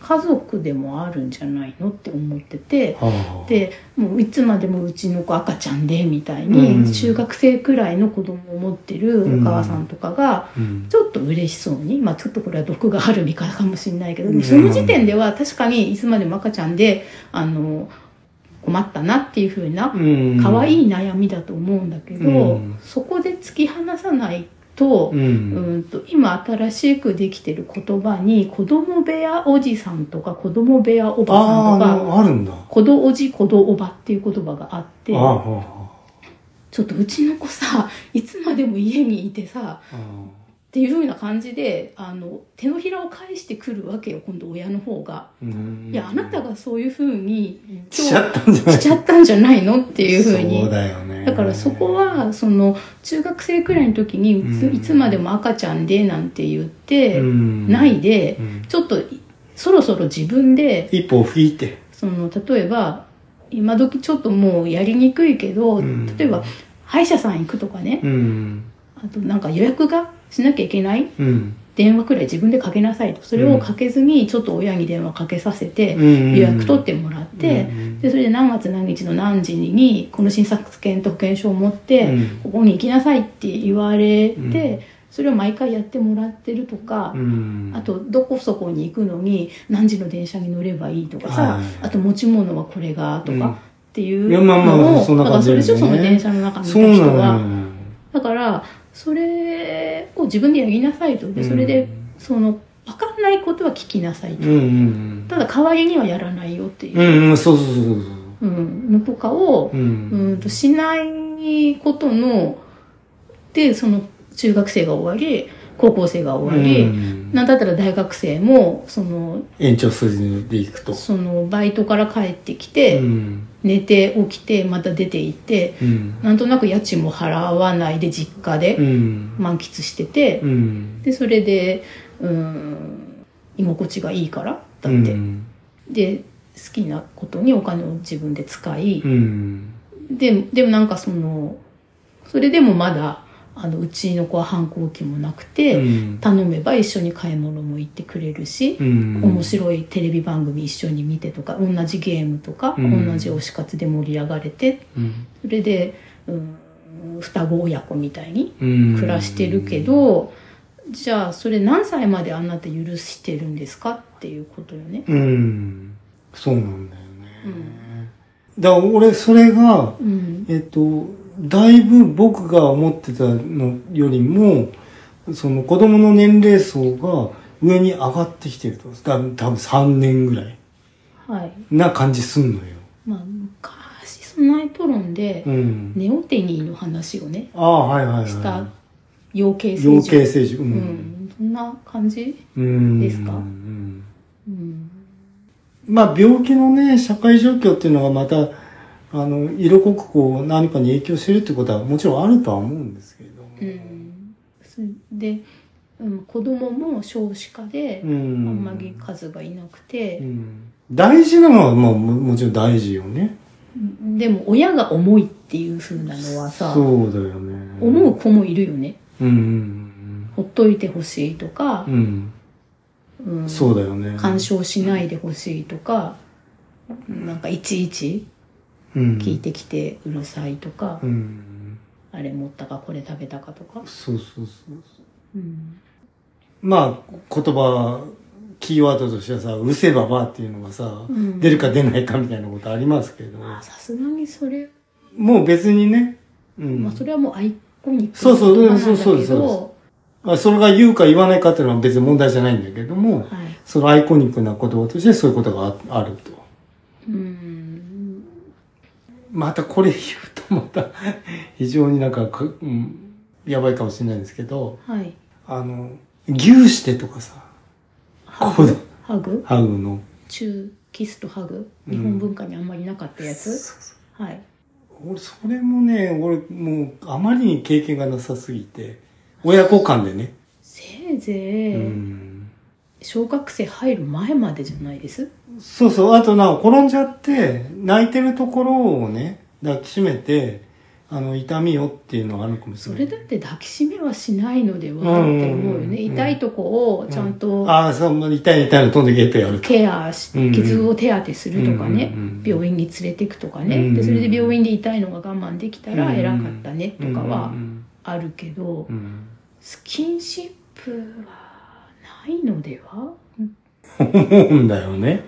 Speaker 2: 家族でもあるんじゃないのって思ってて。
Speaker 1: ああ
Speaker 2: でもういつまでもうちの子赤ちゃんでみたい
Speaker 1: うん
Speaker 2: に中学生くらいの子供を持ってるお母さんとかが
Speaker 1: うん
Speaker 2: ちょっと嬉しそうに、まあ、ちょっとこれは毒がある見方かもしれないけど、
Speaker 1: うん
Speaker 2: その時点では確かにいつまでも赤ちゃんであの困ったなっていうふうな
Speaker 1: うん
Speaker 2: 可愛い悩みだと思うんだけど、
Speaker 1: うん
Speaker 2: そこで突き放さないと,、
Speaker 1: う
Speaker 2: うんん、と今新しくできてる言葉に子供部屋おじさんとか子供部屋おば
Speaker 1: あ
Speaker 2: さん
Speaker 1: ああ
Speaker 2: とか
Speaker 1: のあるんだ
Speaker 2: 子どおじ子どおばっていう言葉があって
Speaker 1: あああ
Speaker 2: ちょっとうちの子さいつまでも家にいてさ
Speaker 1: ああ
Speaker 2: っていうふうな感じであの手のひらを返してくるわけよ今度親の方が、
Speaker 1: あい
Speaker 2: いやあなたがそういうふうに
Speaker 1: しちゃったんじゃない
Speaker 2: しちゃったんじゃないのっていうふう
Speaker 1: そ
Speaker 2: に
Speaker 1: うだよね
Speaker 2: だからそこはその中学生くらいの時にうつ
Speaker 1: うん
Speaker 2: いつまでも赤ちゃんでなんて言ってな
Speaker 1: ない
Speaker 2: で
Speaker 1: うん
Speaker 2: ちょっとそろそろ自分で
Speaker 1: 一歩吹いて
Speaker 2: その例えば今時ちょっともうやりにくいけど
Speaker 1: うん
Speaker 2: 例えば歯医者さん行くとかね
Speaker 1: うん
Speaker 2: あとなんか予約がしなきゃいけない
Speaker 1: うん
Speaker 2: 電話くらい自分でかけなさいとそれをかけずにちょっと親に電話かけさせて
Speaker 1: 予
Speaker 2: 予約取ってもらって、
Speaker 1: うん
Speaker 2: でそれで何月何日の何時にこの診察券と保険証を持って、
Speaker 1: うん
Speaker 2: ここに行きなさいって言われて、
Speaker 1: うん
Speaker 2: それを毎回やってもらってるとか、
Speaker 1: うん
Speaker 2: あとどこそこに行くのに何時の電車に乗ればいいとかさ、
Speaker 1: はい
Speaker 2: あと持ち物はこれがとか。
Speaker 1: うん
Speaker 2: っていう
Speaker 1: いやまあまあ
Speaker 2: のを
Speaker 1: そんな感じだよね
Speaker 2: だからそれでしょその電車の中にい
Speaker 1: そ
Speaker 2: た
Speaker 1: うな
Speaker 2: 人
Speaker 1: のよ
Speaker 2: はだからそれを自分でやりなさいとでそれでその分かんないことは聞きなさ
Speaker 1: う
Speaker 2: い
Speaker 1: ん
Speaker 2: と、
Speaker 1: うん
Speaker 2: ただ代わりにはやらないよっていうう、
Speaker 1: んうんそうそうそうそう
Speaker 2: うん、のとかを
Speaker 1: う、
Speaker 2: うんん、としないことのでその中学生が終わり高校生が終わり、
Speaker 1: うん
Speaker 2: なんだったら大学生もその
Speaker 1: 延長筋でいくと
Speaker 2: そのバイトから帰ってきて、
Speaker 1: うん
Speaker 2: 寝て起きてまた出て行って
Speaker 1: うん
Speaker 2: なんとなく家賃も払わないで実家で
Speaker 1: うん
Speaker 2: 満喫してて、
Speaker 1: うん
Speaker 2: でそれでうーん居心地がいいからだって、
Speaker 1: うん
Speaker 2: で好きなことにお金を自分で使い、
Speaker 1: うん
Speaker 2: ででもなんかそのそれでもまだあのうちの子は反抗期もなくて、
Speaker 1: うん
Speaker 2: 頼めば一緒に買い物も行ってくれるし、
Speaker 1: うん
Speaker 2: 面白いテレビ番組一緒に見てとか同じゲームとか、
Speaker 1: うん
Speaker 2: 同じ推し活で盛り上がれて
Speaker 1: うん
Speaker 2: それでうーん双子親子みたいに
Speaker 1: うん
Speaker 2: 暮らしてるけど、じゃあそれ何歳まであなた許してるんですかっていうことよね。
Speaker 1: うんそうなんだよねだから俺それが
Speaker 2: うん、
Speaker 1: えっと、だいぶ僕が思ってたのよりも、その子供の年齢層が上に上がってきてると。だ多分3年ぐらい
Speaker 2: はい。
Speaker 1: な感じすんのよ。
Speaker 2: まあ昔そのナイトロンで、
Speaker 1: うん。
Speaker 2: ネオテニーの話をね
Speaker 1: ああ、はいはいはい。
Speaker 2: した養鶏成
Speaker 1: 養
Speaker 2: 熟
Speaker 1: 鶏成熟。う。
Speaker 2: うんん、そんな感じ、
Speaker 1: うん。
Speaker 2: ですか
Speaker 1: うん
Speaker 2: うん、
Speaker 1: まあ病気のね、社会状況っていうのがまた、あの、色濃くこう何かに影響してるってことはもちろんあるとは思うんですけれども。
Speaker 2: うん、それで、うん、子供も少子化で
Speaker 1: う、
Speaker 2: あ
Speaker 1: ん。
Speaker 2: んまり数がいなくて、
Speaker 1: 大事なのは、まあ、ももちろん大事よね。
Speaker 2: でも親が重いっていう風なのはさ
Speaker 1: そうだよね。
Speaker 2: 思う子もいるよね
Speaker 1: うん。
Speaker 2: ほっといてほしいとか
Speaker 1: うん。う、ん。
Speaker 2: うん
Speaker 1: そうだよね。
Speaker 2: 干渉しないでほしいとか、なんかいちいち
Speaker 1: うん。
Speaker 2: 聞いてきてうるさいとか、
Speaker 1: うん。
Speaker 2: あれ持ったかこれ食べたかとか、
Speaker 1: そうそうそうそう。
Speaker 2: うん
Speaker 1: まあ、言葉、キーワードとしてはさ、うせばばっていうのがさ、
Speaker 2: うん
Speaker 1: 出るか出ないかみたいなことありますけど、
Speaker 2: まあさすがにそれ、
Speaker 1: もう別にね、うん。
Speaker 2: まあそれはもうアイコニック
Speaker 1: そうそう
Speaker 2: な言葉なんだけど
Speaker 1: そうそうそまあそれが言うか言わないかっていうのは別に問題じゃないんだけども、
Speaker 2: はい
Speaker 1: そのアイコニックな言葉としてそういうことがああると。
Speaker 2: うん
Speaker 1: またこれ言うとまた非常になんかか、うん、やばいかもしれないんですけど、
Speaker 2: はい
Speaker 1: あの、牛してとかさ、
Speaker 2: ハ
Speaker 1: こ
Speaker 2: グ
Speaker 1: の
Speaker 2: ハグ
Speaker 1: ハグの。
Speaker 2: 中キスとハグ
Speaker 1: うん
Speaker 2: 日本文化にあんまりなかったやつ、
Speaker 1: そうそう
Speaker 2: はい
Speaker 1: 俺、それもね、俺、もう、あまりに経験がなさすぎて、親子間でね。
Speaker 2: せいぜい、
Speaker 1: うん。
Speaker 2: 小学生入る前までじゃないです
Speaker 1: そうそう、あとな、転んじゃって、泣いてるところをね、抱きしめて、あの、痛みよっていうのはあるかもし
Speaker 2: そ
Speaker 1: れな
Speaker 2: れ
Speaker 1: い。
Speaker 2: だって抱きしめはしないのではっ
Speaker 1: うん
Speaker 2: て
Speaker 1: うんうん
Speaker 2: 思うよね痛いとこをちゃんと
Speaker 1: ああ、そう、まあ痛い痛いの飛んでゲットやると。
Speaker 2: ケアし
Speaker 1: うんうん
Speaker 2: 傷を手当てするとかね、
Speaker 1: うんうんうん
Speaker 2: 病院に連れていくとかね、
Speaker 1: うんうん
Speaker 2: でそれで病院で痛いのが我慢できたら偉かったねとか
Speaker 1: う
Speaker 2: は
Speaker 1: ん
Speaker 2: あるけど、
Speaker 1: うんうん
Speaker 2: スキンシップはないのでは
Speaker 1: 思うんだよね。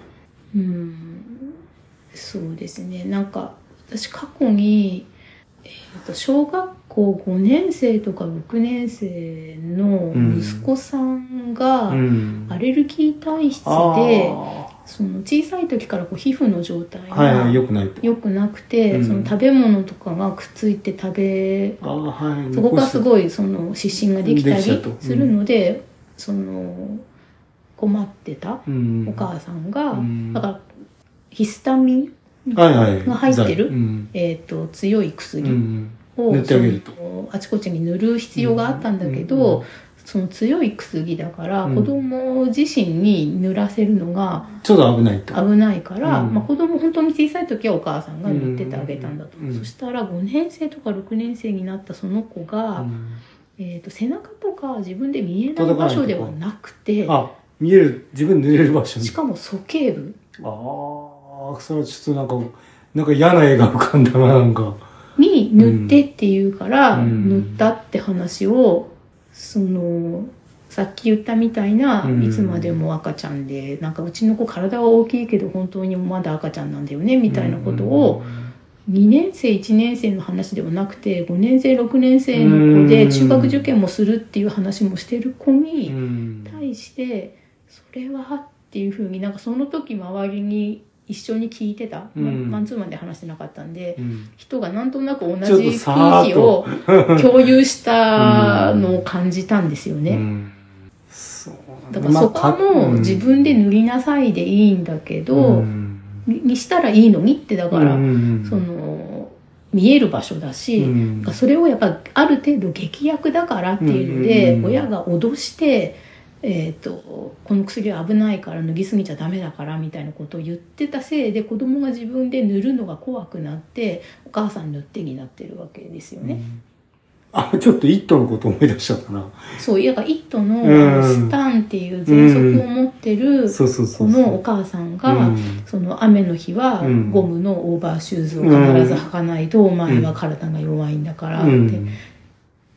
Speaker 2: うんそうですねなんか私過去に、えー、と小学校5年生とか6年生の息子さん
Speaker 1: う
Speaker 2: が
Speaker 1: ん
Speaker 2: アレルギー体質
Speaker 1: あ
Speaker 2: で、
Speaker 1: ー
Speaker 2: その小さい時からこう皮膚の状態
Speaker 1: はいは
Speaker 2: が
Speaker 1: い、よくないと。
Speaker 2: 良くなく
Speaker 1: う
Speaker 2: て、
Speaker 1: ん
Speaker 2: その食べ物とかがくっついて食べ
Speaker 1: ああ、はい。
Speaker 2: そこがすごいその湿疹ができたり
Speaker 1: できちゃうとうん
Speaker 2: するので、その困ってた
Speaker 1: うん。
Speaker 2: お母さんが、
Speaker 1: うん
Speaker 2: だからヒスタミン、
Speaker 1: はいはい。
Speaker 2: が入ってる
Speaker 1: うん。
Speaker 2: えー、と強い薬
Speaker 1: うん
Speaker 2: を、
Speaker 1: 塗ってあげると
Speaker 2: そのあちこちに塗る必要があったんだけど、
Speaker 1: うんうん
Speaker 2: その強い薬だから、
Speaker 1: うん
Speaker 2: 子供自身に塗らせるのが
Speaker 1: ちょっと危ないと。
Speaker 2: 危ないから、
Speaker 1: うん
Speaker 2: まあ、子供本当に小さい時はお母さんが塗っててあげたんだと、
Speaker 1: うんうん
Speaker 2: そしたら5年生とか6年生になったその子が、
Speaker 1: うん
Speaker 2: えー、と背中とか自分で見えない場所ではなくて
Speaker 1: あ、見える、自分塗れる場所に
Speaker 2: し。かも鼠径部
Speaker 1: ああ、それはちょっとなんか、なんか嫌な絵が浮かんだな、なんか。
Speaker 2: に塗ってっていうから、
Speaker 1: うん
Speaker 2: 塗ったって話をそのさっき言ったみたいな、
Speaker 1: うん
Speaker 2: いつまでも赤ちゃんでなんかうちの子体は大きいけど本当にまだ赤ちゃんなんだよねみたいなことを、2年生1年生の話ではなくて5年生6年生の子
Speaker 1: う
Speaker 2: で
Speaker 1: ん
Speaker 2: 中学受験もするっていう話もしてる子に。
Speaker 1: うん。
Speaker 2: 対してそれはっていうふうになんかその時周りに一緒に聞いてた、
Speaker 1: うん
Speaker 2: マンツーマンで話してなかったんで
Speaker 1: うん
Speaker 2: 人がなんとなく同
Speaker 1: ちょっ
Speaker 2: じ
Speaker 1: と
Speaker 2: 雰
Speaker 1: さーっ
Speaker 2: 囲気
Speaker 1: と
Speaker 2: を共有したのを感じたんですよ
Speaker 1: う
Speaker 2: ね。
Speaker 1: ん。そう
Speaker 2: だからそこはもう自分で
Speaker 1: る
Speaker 2: 塗りなさいでいいんだけど、
Speaker 1: うん
Speaker 2: ににしたらいいのにってだから、
Speaker 1: うん
Speaker 2: その見える場所だし、
Speaker 1: うん
Speaker 2: それをやっぱある程度劇薬だからっていうの
Speaker 1: うんう
Speaker 2: で、
Speaker 1: んうん
Speaker 2: 親が脅して、えーとこの薬は危ないから脱ぎすぎちゃダメだからみたいなことを言ってたせいで子供が自分で塗るのが怖くなってお母さん塗ってになってるわけですよね。
Speaker 1: あ、ちょっと一頭のこと思い出しちゃったな。
Speaker 2: そういや「イット!」の
Speaker 1: うん
Speaker 2: スタンっていう喘息を持ってる
Speaker 1: そうそうそ
Speaker 2: 子
Speaker 1: うそう。
Speaker 2: のお母さんが。
Speaker 1: うん
Speaker 2: その雨の日は
Speaker 1: うん
Speaker 2: ゴムのオーバーシューズを必ず履かないとお前は体が弱いんだからって、
Speaker 1: うん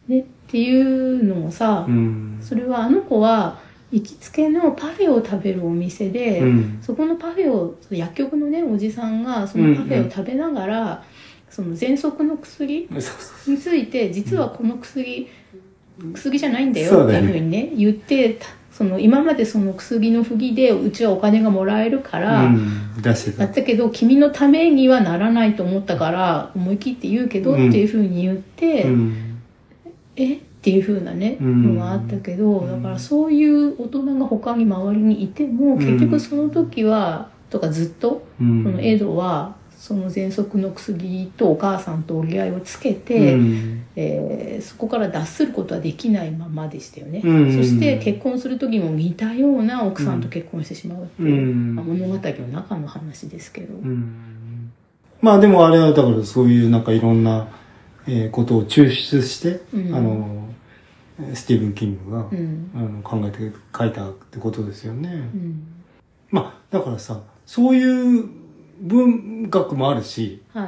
Speaker 2: ね、っていうのをさ、
Speaker 1: うん
Speaker 2: それはあの子は行きつけのパフェを食べるお店で、
Speaker 1: うん
Speaker 2: そこのパフェをその薬局のねおじさんがそのパフェを食べながら、その喘息の薬
Speaker 1: そうそう
Speaker 2: について実はこの薬、薬じゃないんだ
Speaker 1: そ
Speaker 2: よ
Speaker 1: う
Speaker 2: って
Speaker 1: だよ
Speaker 2: いう
Speaker 1: ね
Speaker 2: ふうにね言ってたその今までその薬の不義でうちはお金がもらえるから。
Speaker 1: うん出して
Speaker 2: だ
Speaker 1: た
Speaker 2: っ。たけど君のためにはならないと思ったから思い切って言うけどって
Speaker 1: うん
Speaker 2: いうふうに言って、
Speaker 1: うん
Speaker 2: えっていうふうなね、
Speaker 1: うん
Speaker 2: のがあったけど
Speaker 1: うん
Speaker 2: だからそういう大人が他に周りにいても、
Speaker 1: ん
Speaker 2: 結局その時はとかずっと
Speaker 1: うん
Speaker 2: このエドはその喘息の薬とお母さんと折り合いをつけて、
Speaker 1: うん
Speaker 2: えーそこから脱することはできないままでしたよね、
Speaker 1: うん
Speaker 2: そして結婚する時も似たような奥さんと結婚してしまうって
Speaker 1: う
Speaker 2: いう、
Speaker 1: ん
Speaker 2: まあ物語の中の話ですけど。
Speaker 1: うんまあでもあれはだからそういうなんかいろんな、えーことを抽出して、
Speaker 2: うん
Speaker 1: あのえースティーブン・キングが、
Speaker 2: うん
Speaker 1: あの考えて書いたってことですよね。
Speaker 2: うん
Speaker 1: まあだからさそういう文学もあるし
Speaker 2: は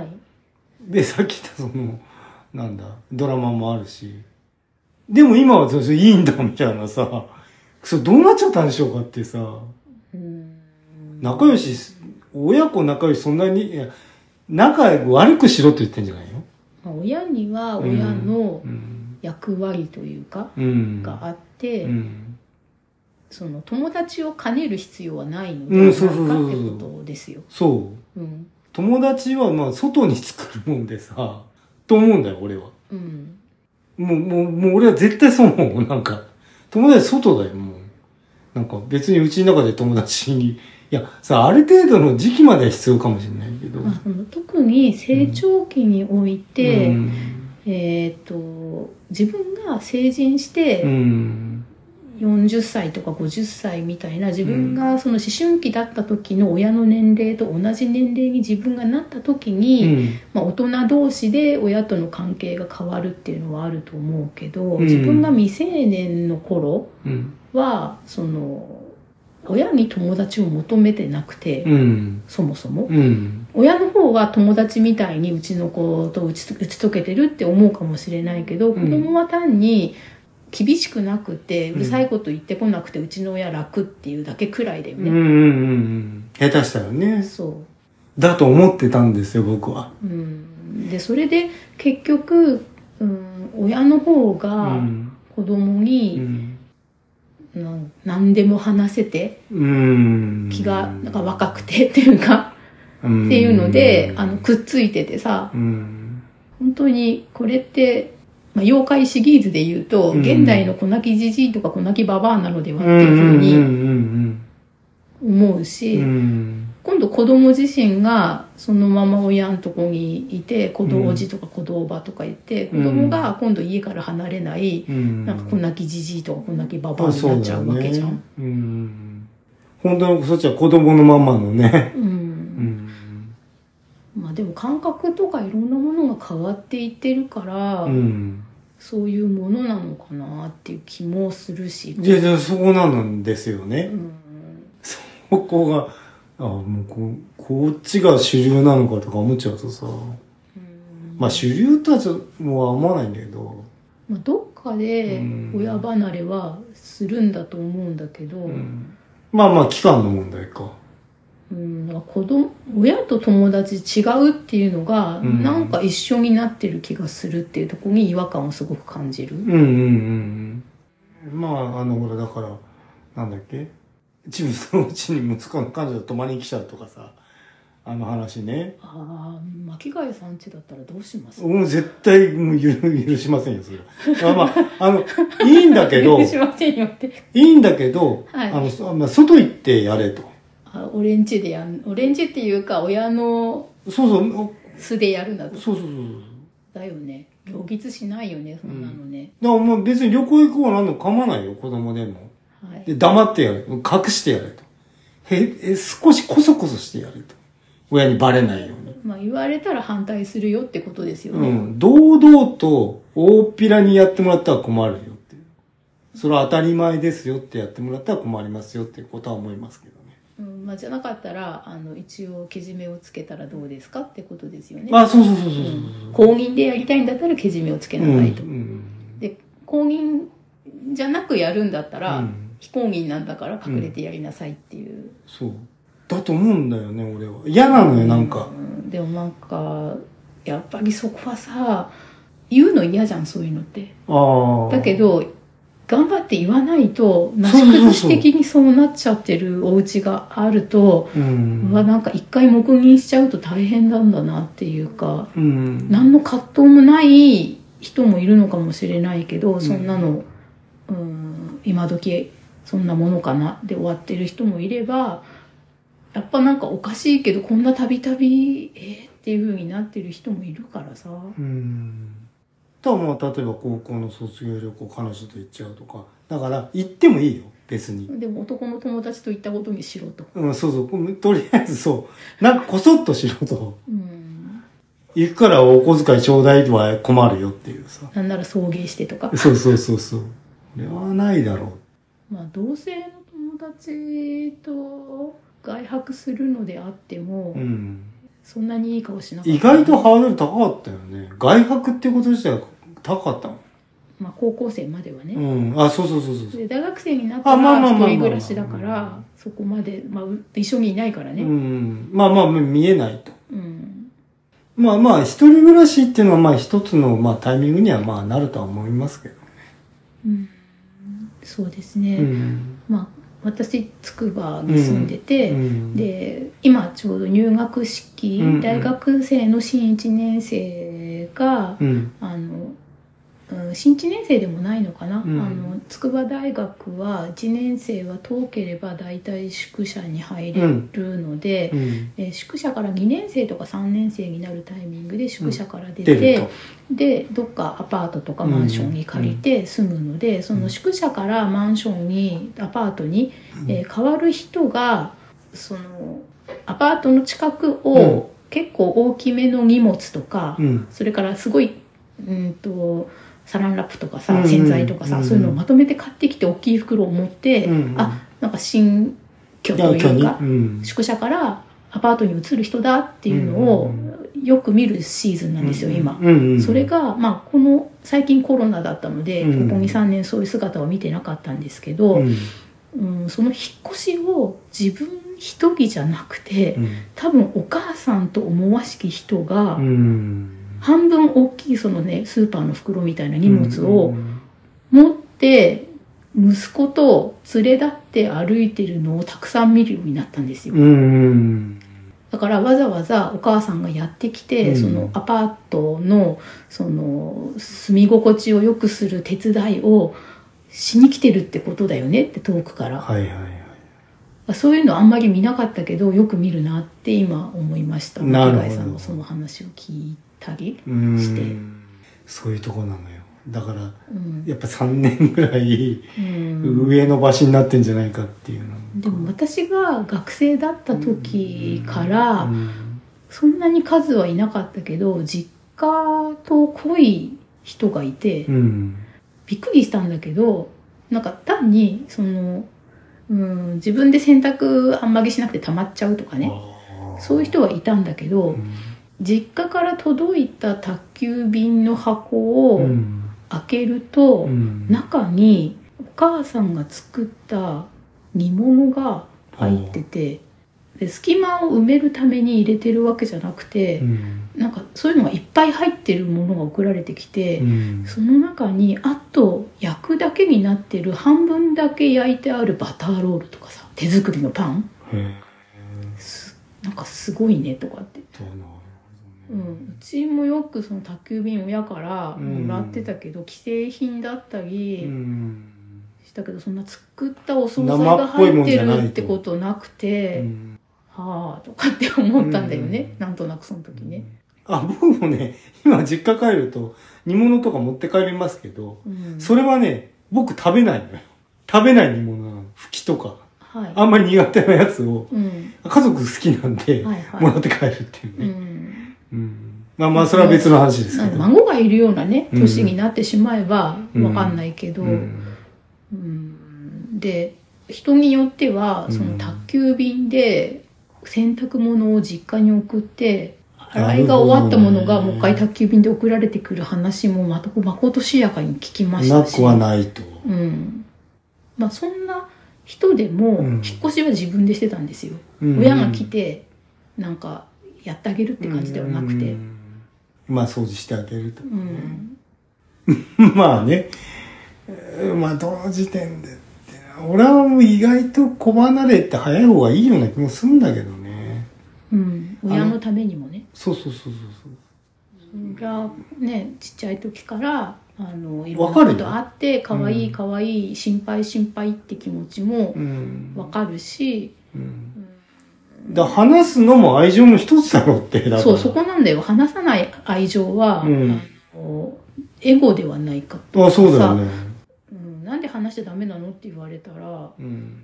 Speaker 2: い。
Speaker 1: でさっき言ったそのなんだドラマもあるしでも今はそうそういいんだみたいなさそう、どうなっちゃったんでしょうかってさ、
Speaker 2: うん
Speaker 1: 仲良し、親子仲良しそんなに、いや、仲悪くしろって言ってんじゃないよ。
Speaker 2: まあ親には親の
Speaker 1: うん。
Speaker 2: 役割というか、
Speaker 1: うん。
Speaker 2: があって、
Speaker 1: うん。
Speaker 2: その友達を兼ねる必要はないの
Speaker 1: う
Speaker 2: で
Speaker 1: ん
Speaker 2: は
Speaker 1: そう
Speaker 2: な
Speaker 1: そうそ
Speaker 2: い
Speaker 1: う
Speaker 2: かってことですよ。
Speaker 1: そう。
Speaker 2: うん
Speaker 1: 友達はまあ外に作るもんでさ、と思うんだよ、俺は。
Speaker 2: うん
Speaker 1: もう、もう、もう俺は絶対そう思う。なんか、友達外だよ、もう。なんか別にうちの中で友達に、いや、さ、ある程度の時期までは必要かもしれないけど。
Speaker 2: まあ、その特に成長期において、
Speaker 1: うん、
Speaker 2: えー、と自分が成人し
Speaker 1: う
Speaker 2: て
Speaker 1: ん。
Speaker 2: 40歳とか50歳みたいな自分がその思春期だった時の親の年齢と同じ年齢に自分がなった時に、
Speaker 1: うん
Speaker 2: まあ、大人同士で親との関係が変わるっていうのはあると思うけど、
Speaker 1: ん
Speaker 2: 自分が未成年の頃
Speaker 1: うん。
Speaker 2: はその親に友達を求めてなくて、
Speaker 1: うん。
Speaker 2: そもそも
Speaker 1: うん。
Speaker 2: 親の方は友達みたいにうちの子と打ち打ち解けてるって思うかもしれないけど、
Speaker 1: ん
Speaker 2: 子供は単に厳しくなくてうるさいこと言ってこなくてうちの親楽っていうだけくらいだよ
Speaker 1: うん。うん。
Speaker 2: ね、
Speaker 1: うん。下手したらね。
Speaker 2: そう
Speaker 1: だと思ってたんですよ、僕は。
Speaker 2: うん、でそれで結局、うん、親の方
Speaker 1: う
Speaker 2: が
Speaker 1: ん。
Speaker 2: 子供
Speaker 1: う
Speaker 2: に、
Speaker 1: ん。
Speaker 2: なん、何でも話せて
Speaker 1: うん
Speaker 2: 気がなんか若くて っていうか、っていうのであの、くっついててさ
Speaker 1: うん。
Speaker 2: 本当にこれって、まあ、妖怪シリーズで言うと、
Speaker 1: うん
Speaker 2: 現代の子泣きじじいとか子泣きばばあなのでは
Speaker 1: う
Speaker 2: っ
Speaker 1: ん。
Speaker 2: ていうふう
Speaker 1: うん。
Speaker 2: に
Speaker 1: うん。
Speaker 2: 思う
Speaker 1: う
Speaker 2: し、
Speaker 1: ん。
Speaker 2: 今度子供自身がそのまま親のとこにいて子供おじとか子供ばとか言って、
Speaker 1: うん
Speaker 2: 子供が今度家から離れない、
Speaker 1: うん。
Speaker 2: なんかこんなきじじいとかこんなきばばあになっちゃうわけじゃん。
Speaker 1: うんうん。本当にそっちは子供のまんまのね。
Speaker 2: う
Speaker 1: うんん。
Speaker 2: まあ、でも感覚とかいろんなものが変わっていってるから、
Speaker 1: うん。
Speaker 2: そういうものなのかなっていう気もするし、
Speaker 1: じゃじゃそこなんですよ
Speaker 2: う
Speaker 1: ね。
Speaker 2: ん、
Speaker 1: ここが、あもうここっちが主流なのかとか思っちゃうとさ。
Speaker 2: うん
Speaker 1: まあ主流とはちょっともう思わないんだけど。
Speaker 2: まあ、どっかで親離れはするんだと思うんだけど、
Speaker 1: うんまあまあ期間の問題か。
Speaker 2: うん、なんか子供親と友達違うっていうのが、
Speaker 1: うん
Speaker 2: なんか一緒になってる気がするっていうところに違和感をすごく感じる、
Speaker 1: うんうんうん。まああのほらだから、なんだっけ自分そのうちに息子の彼女と泊まりに来ちゃうとかさ。あの話ね。
Speaker 2: ああ巻貝さんちだったらどうします
Speaker 1: もう絶対もう許許しませんよ、それは。まあまあ、あの、いいんだけど、
Speaker 2: 許
Speaker 1: い
Speaker 2: しませんよって
Speaker 1: いんだけど、
Speaker 2: はい
Speaker 1: あのそ、まあ、外行ってやれと。
Speaker 2: あオレンジでやんオレンジっていうか親の
Speaker 1: そうそう、お
Speaker 2: 素でやるなと
Speaker 1: そうそうそうそう。
Speaker 2: だよね両立しないよねそんなのね、
Speaker 1: だからもう別に旅行行こうなんの構わないよ、子供でも。
Speaker 2: はい
Speaker 1: で、黙ってやれ。隠してやれと。へ、え、少しこそこそしてやれと。親にバレないように。
Speaker 2: まあ言われたら反対するよってことですよ
Speaker 1: う
Speaker 2: ね、
Speaker 1: ん。堂々と大っぴらにやってもらったら困るよっていう。それは当たり前ですよってやってもらったら困りますよっていうことは思いますけどね。
Speaker 2: うんまあ、じゃなかったらあの一応けじめをつけたらどうですかってことですよね
Speaker 1: あ、そうそうそうそうそうう。
Speaker 2: ん公認でやりたいんだったらけじめをつけなさいと、
Speaker 1: うん
Speaker 2: で公認じゃなくやるんだったら、
Speaker 1: うん
Speaker 2: 非公認なんだから隠れてやりなさいっていう、
Speaker 1: そうだと思うんだよね俺は嫌なのよなんか
Speaker 2: うんでもなんかやっぱりそこはさ言うの嫌じゃんそういうのって
Speaker 1: ああ
Speaker 2: だけ
Speaker 1: ど
Speaker 2: ど頑張って言わないとな
Speaker 1: そうそうそ
Speaker 2: し
Speaker 1: う
Speaker 2: 崩し的にそうなっちゃってるお家があると
Speaker 1: う
Speaker 2: うんわなんか一回黙認しちゃうと大変なんだなっていうか
Speaker 1: うん
Speaker 2: 何の葛藤もない人もいるのかもしれないけど、そんなの、うん、今時そんなものかなで終わってる人もいれば、やっぱなんかおかしいけど、こんなたびたび、えーっていう風になってる人もいるからさ。
Speaker 1: うんとはまあ例えば高校の卒業旅行彼女と行っちゃうとかだから行ってもいいよ別に、
Speaker 2: でも男の友達と行ったことにしろと。
Speaker 1: うん、そうそうとりあえずそうなんかこそっとしろと
Speaker 2: うん。
Speaker 1: 行くからお小遣いちょうだいは困るよっていうさ
Speaker 2: なんなら送迎してとか。
Speaker 1: そうそうそうそうこれはないだろ
Speaker 2: まあ同性の友達と外泊するのであっても、
Speaker 1: ううん
Speaker 2: そんなにいい顔しなかった。
Speaker 1: 意外とハードル高かったよね。外泊ってこと自体が高かったもん。
Speaker 2: まあ、高校生まではね、
Speaker 1: うん。あ、そうそうそうそうそう。
Speaker 2: で大学生になった
Speaker 1: あまあ
Speaker 2: ら
Speaker 1: まあまあま
Speaker 2: 一
Speaker 1: あ
Speaker 2: 人暮らしだか
Speaker 1: う
Speaker 2: ら
Speaker 1: ん
Speaker 2: そこまで、まあ、う一緒にいないから
Speaker 1: う
Speaker 2: ね、
Speaker 1: ん。まあまあ、見えないと。
Speaker 2: うん
Speaker 1: まあまあ、一人暮らしっていうのは、まあ一つの、まあタイミングには、まあなるとは思いますけど。
Speaker 2: うんそうですね、
Speaker 1: うん。
Speaker 2: まあ、私つくばに住んでて、
Speaker 1: うん、
Speaker 2: で今ちょうど入学式、
Speaker 1: うんうん
Speaker 2: 大学生の新1年生が、
Speaker 1: うん。
Speaker 2: あの、うん、新1年生でもないのかな、
Speaker 1: うん
Speaker 2: あの筑波大学は1年生は遠ければ大体宿舎に入れるので、
Speaker 1: うん。
Speaker 2: えー宿舎から2年生とか3年生になるタイミングで宿舎から出
Speaker 1: 出
Speaker 2: て、
Speaker 1: ると。
Speaker 2: でどっかアパートとかマンションに借りて住むので、その宿舎からマンションにアパートに、えー変わる人がそのアパートの近く
Speaker 1: うん
Speaker 2: を結構大きめの荷物とか、
Speaker 1: うん。
Speaker 2: それからすごいうんとサランラップとか
Speaker 1: うん
Speaker 2: さ
Speaker 1: うん
Speaker 2: 洗剤とかさ、
Speaker 1: うんうん
Speaker 2: そういうのをまとめて買ってきて大きい袋を持って、
Speaker 1: うんうん
Speaker 2: あなんか新居
Speaker 1: いや
Speaker 2: と
Speaker 1: 今日
Speaker 2: いう
Speaker 1: に。
Speaker 2: か
Speaker 1: うん。
Speaker 2: 宿舎からアパートに移る人だっていうのを
Speaker 1: うんうん
Speaker 2: よく見るシーズンなんですよ、今。
Speaker 1: うんうんうん。
Speaker 2: それが、まあ、この最近コロナだったので、
Speaker 1: うん
Speaker 2: ここ23年そういう姿は見てなかったんですけど、
Speaker 1: う
Speaker 2: うん
Speaker 1: ん、
Speaker 2: その引っ越しを自分一人じゃなくて
Speaker 1: うん。
Speaker 2: 多分お母さんと思わしき人が、
Speaker 1: うん。
Speaker 2: 半分大きいその、ね、スーパーの袋みたいな荷物
Speaker 1: う
Speaker 2: を
Speaker 1: ん
Speaker 2: 持って息子と連れ立って歩いてるのをたくさん見るようになったんですよ。
Speaker 1: うん。
Speaker 2: だからわざわざお母さんがやってきて、
Speaker 1: うん
Speaker 2: そのアパートのその住み心地を良くする手伝いをしに来てるってことだよねって遠くから
Speaker 1: はいはいはい。
Speaker 2: そういうのあんまり見なかったけどよく見るなって今思いました
Speaker 1: なるほど
Speaker 2: 巻貝さんのその話を聞いたり、
Speaker 1: うん
Speaker 2: して
Speaker 1: そういうとこなのよ。だから、
Speaker 2: うん
Speaker 1: やっぱ3年ぐらい
Speaker 2: うん
Speaker 1: 上の場所になってんじゃないかっていうの。
Speaker 2: でも私が学生だった時から、
Speaker 1: うん
Speaker 2: そんなに数はいなかったけど実家と濃い人がいて。
Speaker 1: うん。
Speaker 2: びっくりしたんだけどなんか単にその、うん、自分で洗濯あんまりしなくて溜まっちゃうとかね
Speaker 1: あー
Speaker 2: そういう人はいたんだけど、
Speaker 1: うん
Speaker 2: 実家から届いた宅急便の箱
Speaker 1: う
Speaker 2: を
Speaker 1: ん
Speaker 2: 開けると、
Speaker 1: うん
Speaker 2: 中にお母さんが作った煮物が入っててで隙間を埋めるために入れてるわけじゃなくて
Speaker 1: う、ん
Speaker 2: なんかそういうのがいっぱい入ってるものが送られてきて。
Speaker 1: うん
Speaker 2: その中にあと焼くだけになってる半分だけ焼いてあるバターロールとかさ手作りのパン
Speaker 1: へー
Speaker 2: すなんかすごいねとかって、
Speaker 1: そうなるほ
Speaker 2: う
Speaker 1: どね
Speaker 2: ん、うちもよくその宅急便親から
Speaker 1: うん
Speaker 2: もらってたけど、既製品だった
Speaker 1: う
Speaker 2: り
Speaker 1: ん
Speaker 2: したけどそんな作ったお惣菜が入ってるってことなくて
Speaker 1: うん
Speaker 2: はあとかって思ったんだよね、なんとなくその時ね。
Speaker 1: あ僕もね今実家帰ると煮物とか持って帰りますけど
Speaker 2: うん
Speaker 1: それはね僕食べないのよ食べない煮物なのふきとか
Speaker 2: はい
Speaker 1: あんまり苦手なやつを
Speaker 2: うん
Speaker 1: 家族好きなんで
Speaker 2: はいはい
Speaker 1: もらって帰るっていう
Speaker 2: う
Speaker 1: ね、
Speaker 2: ん
Speaker 1: うんまあまあそれは別の話です
Speaker 2: なん
Speaker 1: け
Speaker 2: か
Speaker 1: ど、
Speaker 2: 孫がいるようなね
Speaker 1: うん
Speaker 2: 年になってしまえばわかんないけど、
Speaker 1: う
Speaker 2: うん
Speaker 1: ん
Speaker 2: で人によっては
Speaker 1: うん
Speaker 2: その宅急便で洗濯物を実家に送って
Speaker 1: なるほどね
Speaker 2: 洗いが終わったものがもう一回宅急便で送られてくる話もまたまことしやかに聞きまし
Speaker 1: な
Speaker 2: たし
Speaker 1: くはないと、
Speaker 2: うんまあ、そんな人でも
Speaker 1: うん
Speaker 2: 引っ越しは自分でしてたんですよ、
Speaker 1: うん
Speaker 2: 親が来てなんかやってあげるって感じではなくて、
Speaker 1: うんまあ掃除してあげると、
Speaker 2: うん、
Speaker 1: まあね、えーまあどの時点でって、俺はもう意外と子離れって早い方がいいような気もするんだけどね。
Speaker 2: うん、親のためにもね
Speaker 1: そうそうそうそう
Speaker 2: そりゃねちっちゃい時からあのいろ
Speaker 1: わ
Speaker 2: ん
Speaker 1: か
Speaker 2: な
Speaker 1: るよ
Speaker 2: ことあってかわい
Speaker 1: うん
Speaker 2: いかわいい心配心配って気持ちも
Speaker 1: そう。うん。
Speaker 2: わかるし、
Speaker 1: うんだから話すのも愛情の一つだろうって、だから。
Speaker 2: そうそこなんだよ話さない愛情は、
Speaker 1: うん
Speaker 2: あのエゴではないかと
Speaker 1: あ、そうだよね。
Speaker 2: うん、なんで話しちゃダメなのって言われたら
Speaker 1: うん。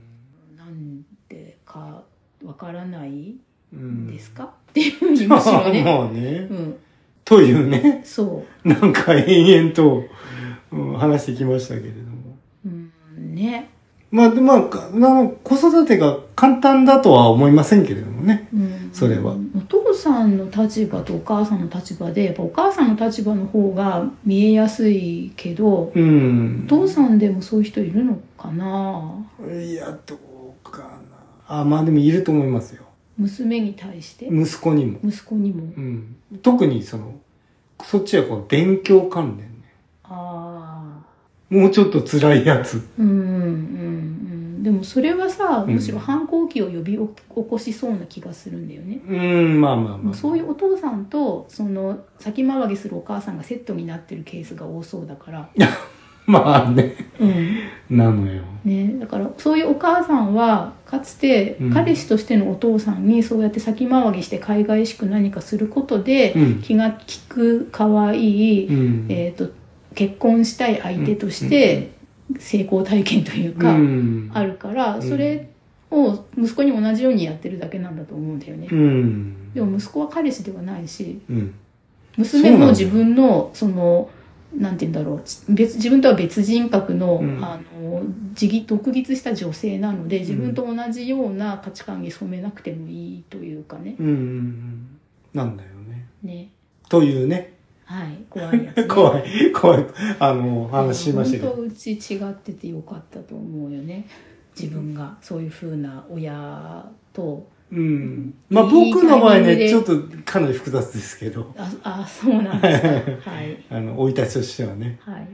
Speaker 2: なんでかわからない
Speaker 1: うん
Speaker 2: ですか、っていうふうにむしろね、
Speaker 1: まあね
Speaker 2: う。ん、
Speaker 1: というね、
Speaker 2: そう
Speaker 1: なんか延々と、うん話してきましたけれども。
Speaker 2: うんね、
Speaker 1: まあ、でまあか、あの子育てが簡単だとは思いませんけれどもね。
Speaker 2: うん
Speaker 1: それは
Speaker 2: お父父さんの立場とお母さんの立場でやっぱお母さんの立場の方が見えやすいけど
Speaker 1: うん
Speaker 2: お父さんでもそういう人いるのかない
Speaker 1: やどうかなあまあでもいると思いますよ
Speaker 2: 娘に対して
Speaker 1: 息子にも、
Speaker 2: 息子にも
Speaker 1: うん、特にそのそっちはこう勉強関連ね
Speaker 2: ああ
Speaker 1: もうちょっと辛いやつ
Speaker 2: うんうんうんでもそれはさ
Speaker 1: うん
Speaker 2: むしろ反抗期を呼び起こしそうな気がするんだよね、
Speaker 1: うんまあまあま
Speaker 2: も
Speaker 1: あ
Speaker 2: うそういうお父さんとその先回りするお母さんがセットになってるケースが多そうだから、
Speaker 1: まあね
Speaker 2: うん
Speaker 1: なのよ
Speaker 2: ね、だからそういうお母さんはかつて
Speaker 1: うん
Speaker 2: 彼氏としてのお父さんにそうやって先回りして海外しく何かすることで
Speaker 1: うん
Speaker 2: 気が利く可愛い、
Speaker 1: うん
Speaker 2: えー、と結婚したい相手として成功体験というか、
Speaker 1: うん
Speaker 2: あるから
Speaker 1: うん
Speaker 2: それを息子に同じようにやってるだけなんだと思うんだよね
Speaker 1: う。ん
Speaker 2: でも息子は彼氏ではないし
Speaker 1: うん
Speaker 2: 娘
Speaker 1: そうなん
Speaker 2: も
Speaker 1: だ
Speaker 2: 自分のそのなんて言うんだろうち別自分とは別人格の,、
Speaker 1: うん
Speaker 2: あの自義独立した女性なので自分と同じような価値観に染めなくてもいいというかね。
Speaker 1: うんうんなんだよね
Speaker 2: ね
Speaker 1: というね、
Speaker 2: はい、怖いやつ、ね
Speaker 1: 怖い怖いあの話しましたけ
Speaker 2: 本
Speaker 1: ど
Speaker 2: 当うち違っててよかったと思うよね自分がそういうふうな親と
Speaker 1: うんまあ僕の場合
Speaker 2: いいタ
Speaker 1: ね
Speaker 2: イミングで
Speaker 1: ちょっとかなり複雑ですけど
Speaker 2: ああそうなんです かはい
Speaker 1: あの生い立ちとしてはね
Speaker 2: はい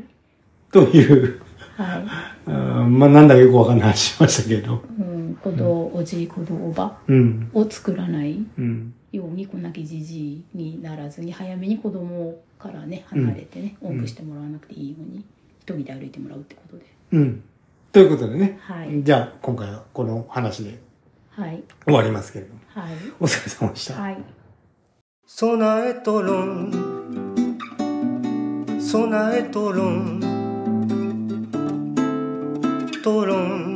Speaker 1: という
Speaker 2: は
Speaker 1: あーまあなんだかよくわかんない話しましたけど
Speaker 2: い、うん、子供おじい子供おば
Speaker 1: うん
Speaker 2: を作らない
Speaker 1: うん
Speaker 2: ように子なきじじいにならずに早めに子供からね離れてね、
Speaker 1: ん
Speaker 2: おんぶしてもらわなくていいように一人で歩いてもらうってことで
Speaker 1: うんということでね
Speaker 2: はい
Speaker 1: じゃあ今回はこの話で
Speaker 2: はい
Speaker 1: 終わりますけれども
Speaker 2: はい
Speaker 1: お疲れ様でした
Speaker 2: はい
Speaker 3: ソナエトロンソナエトロントロン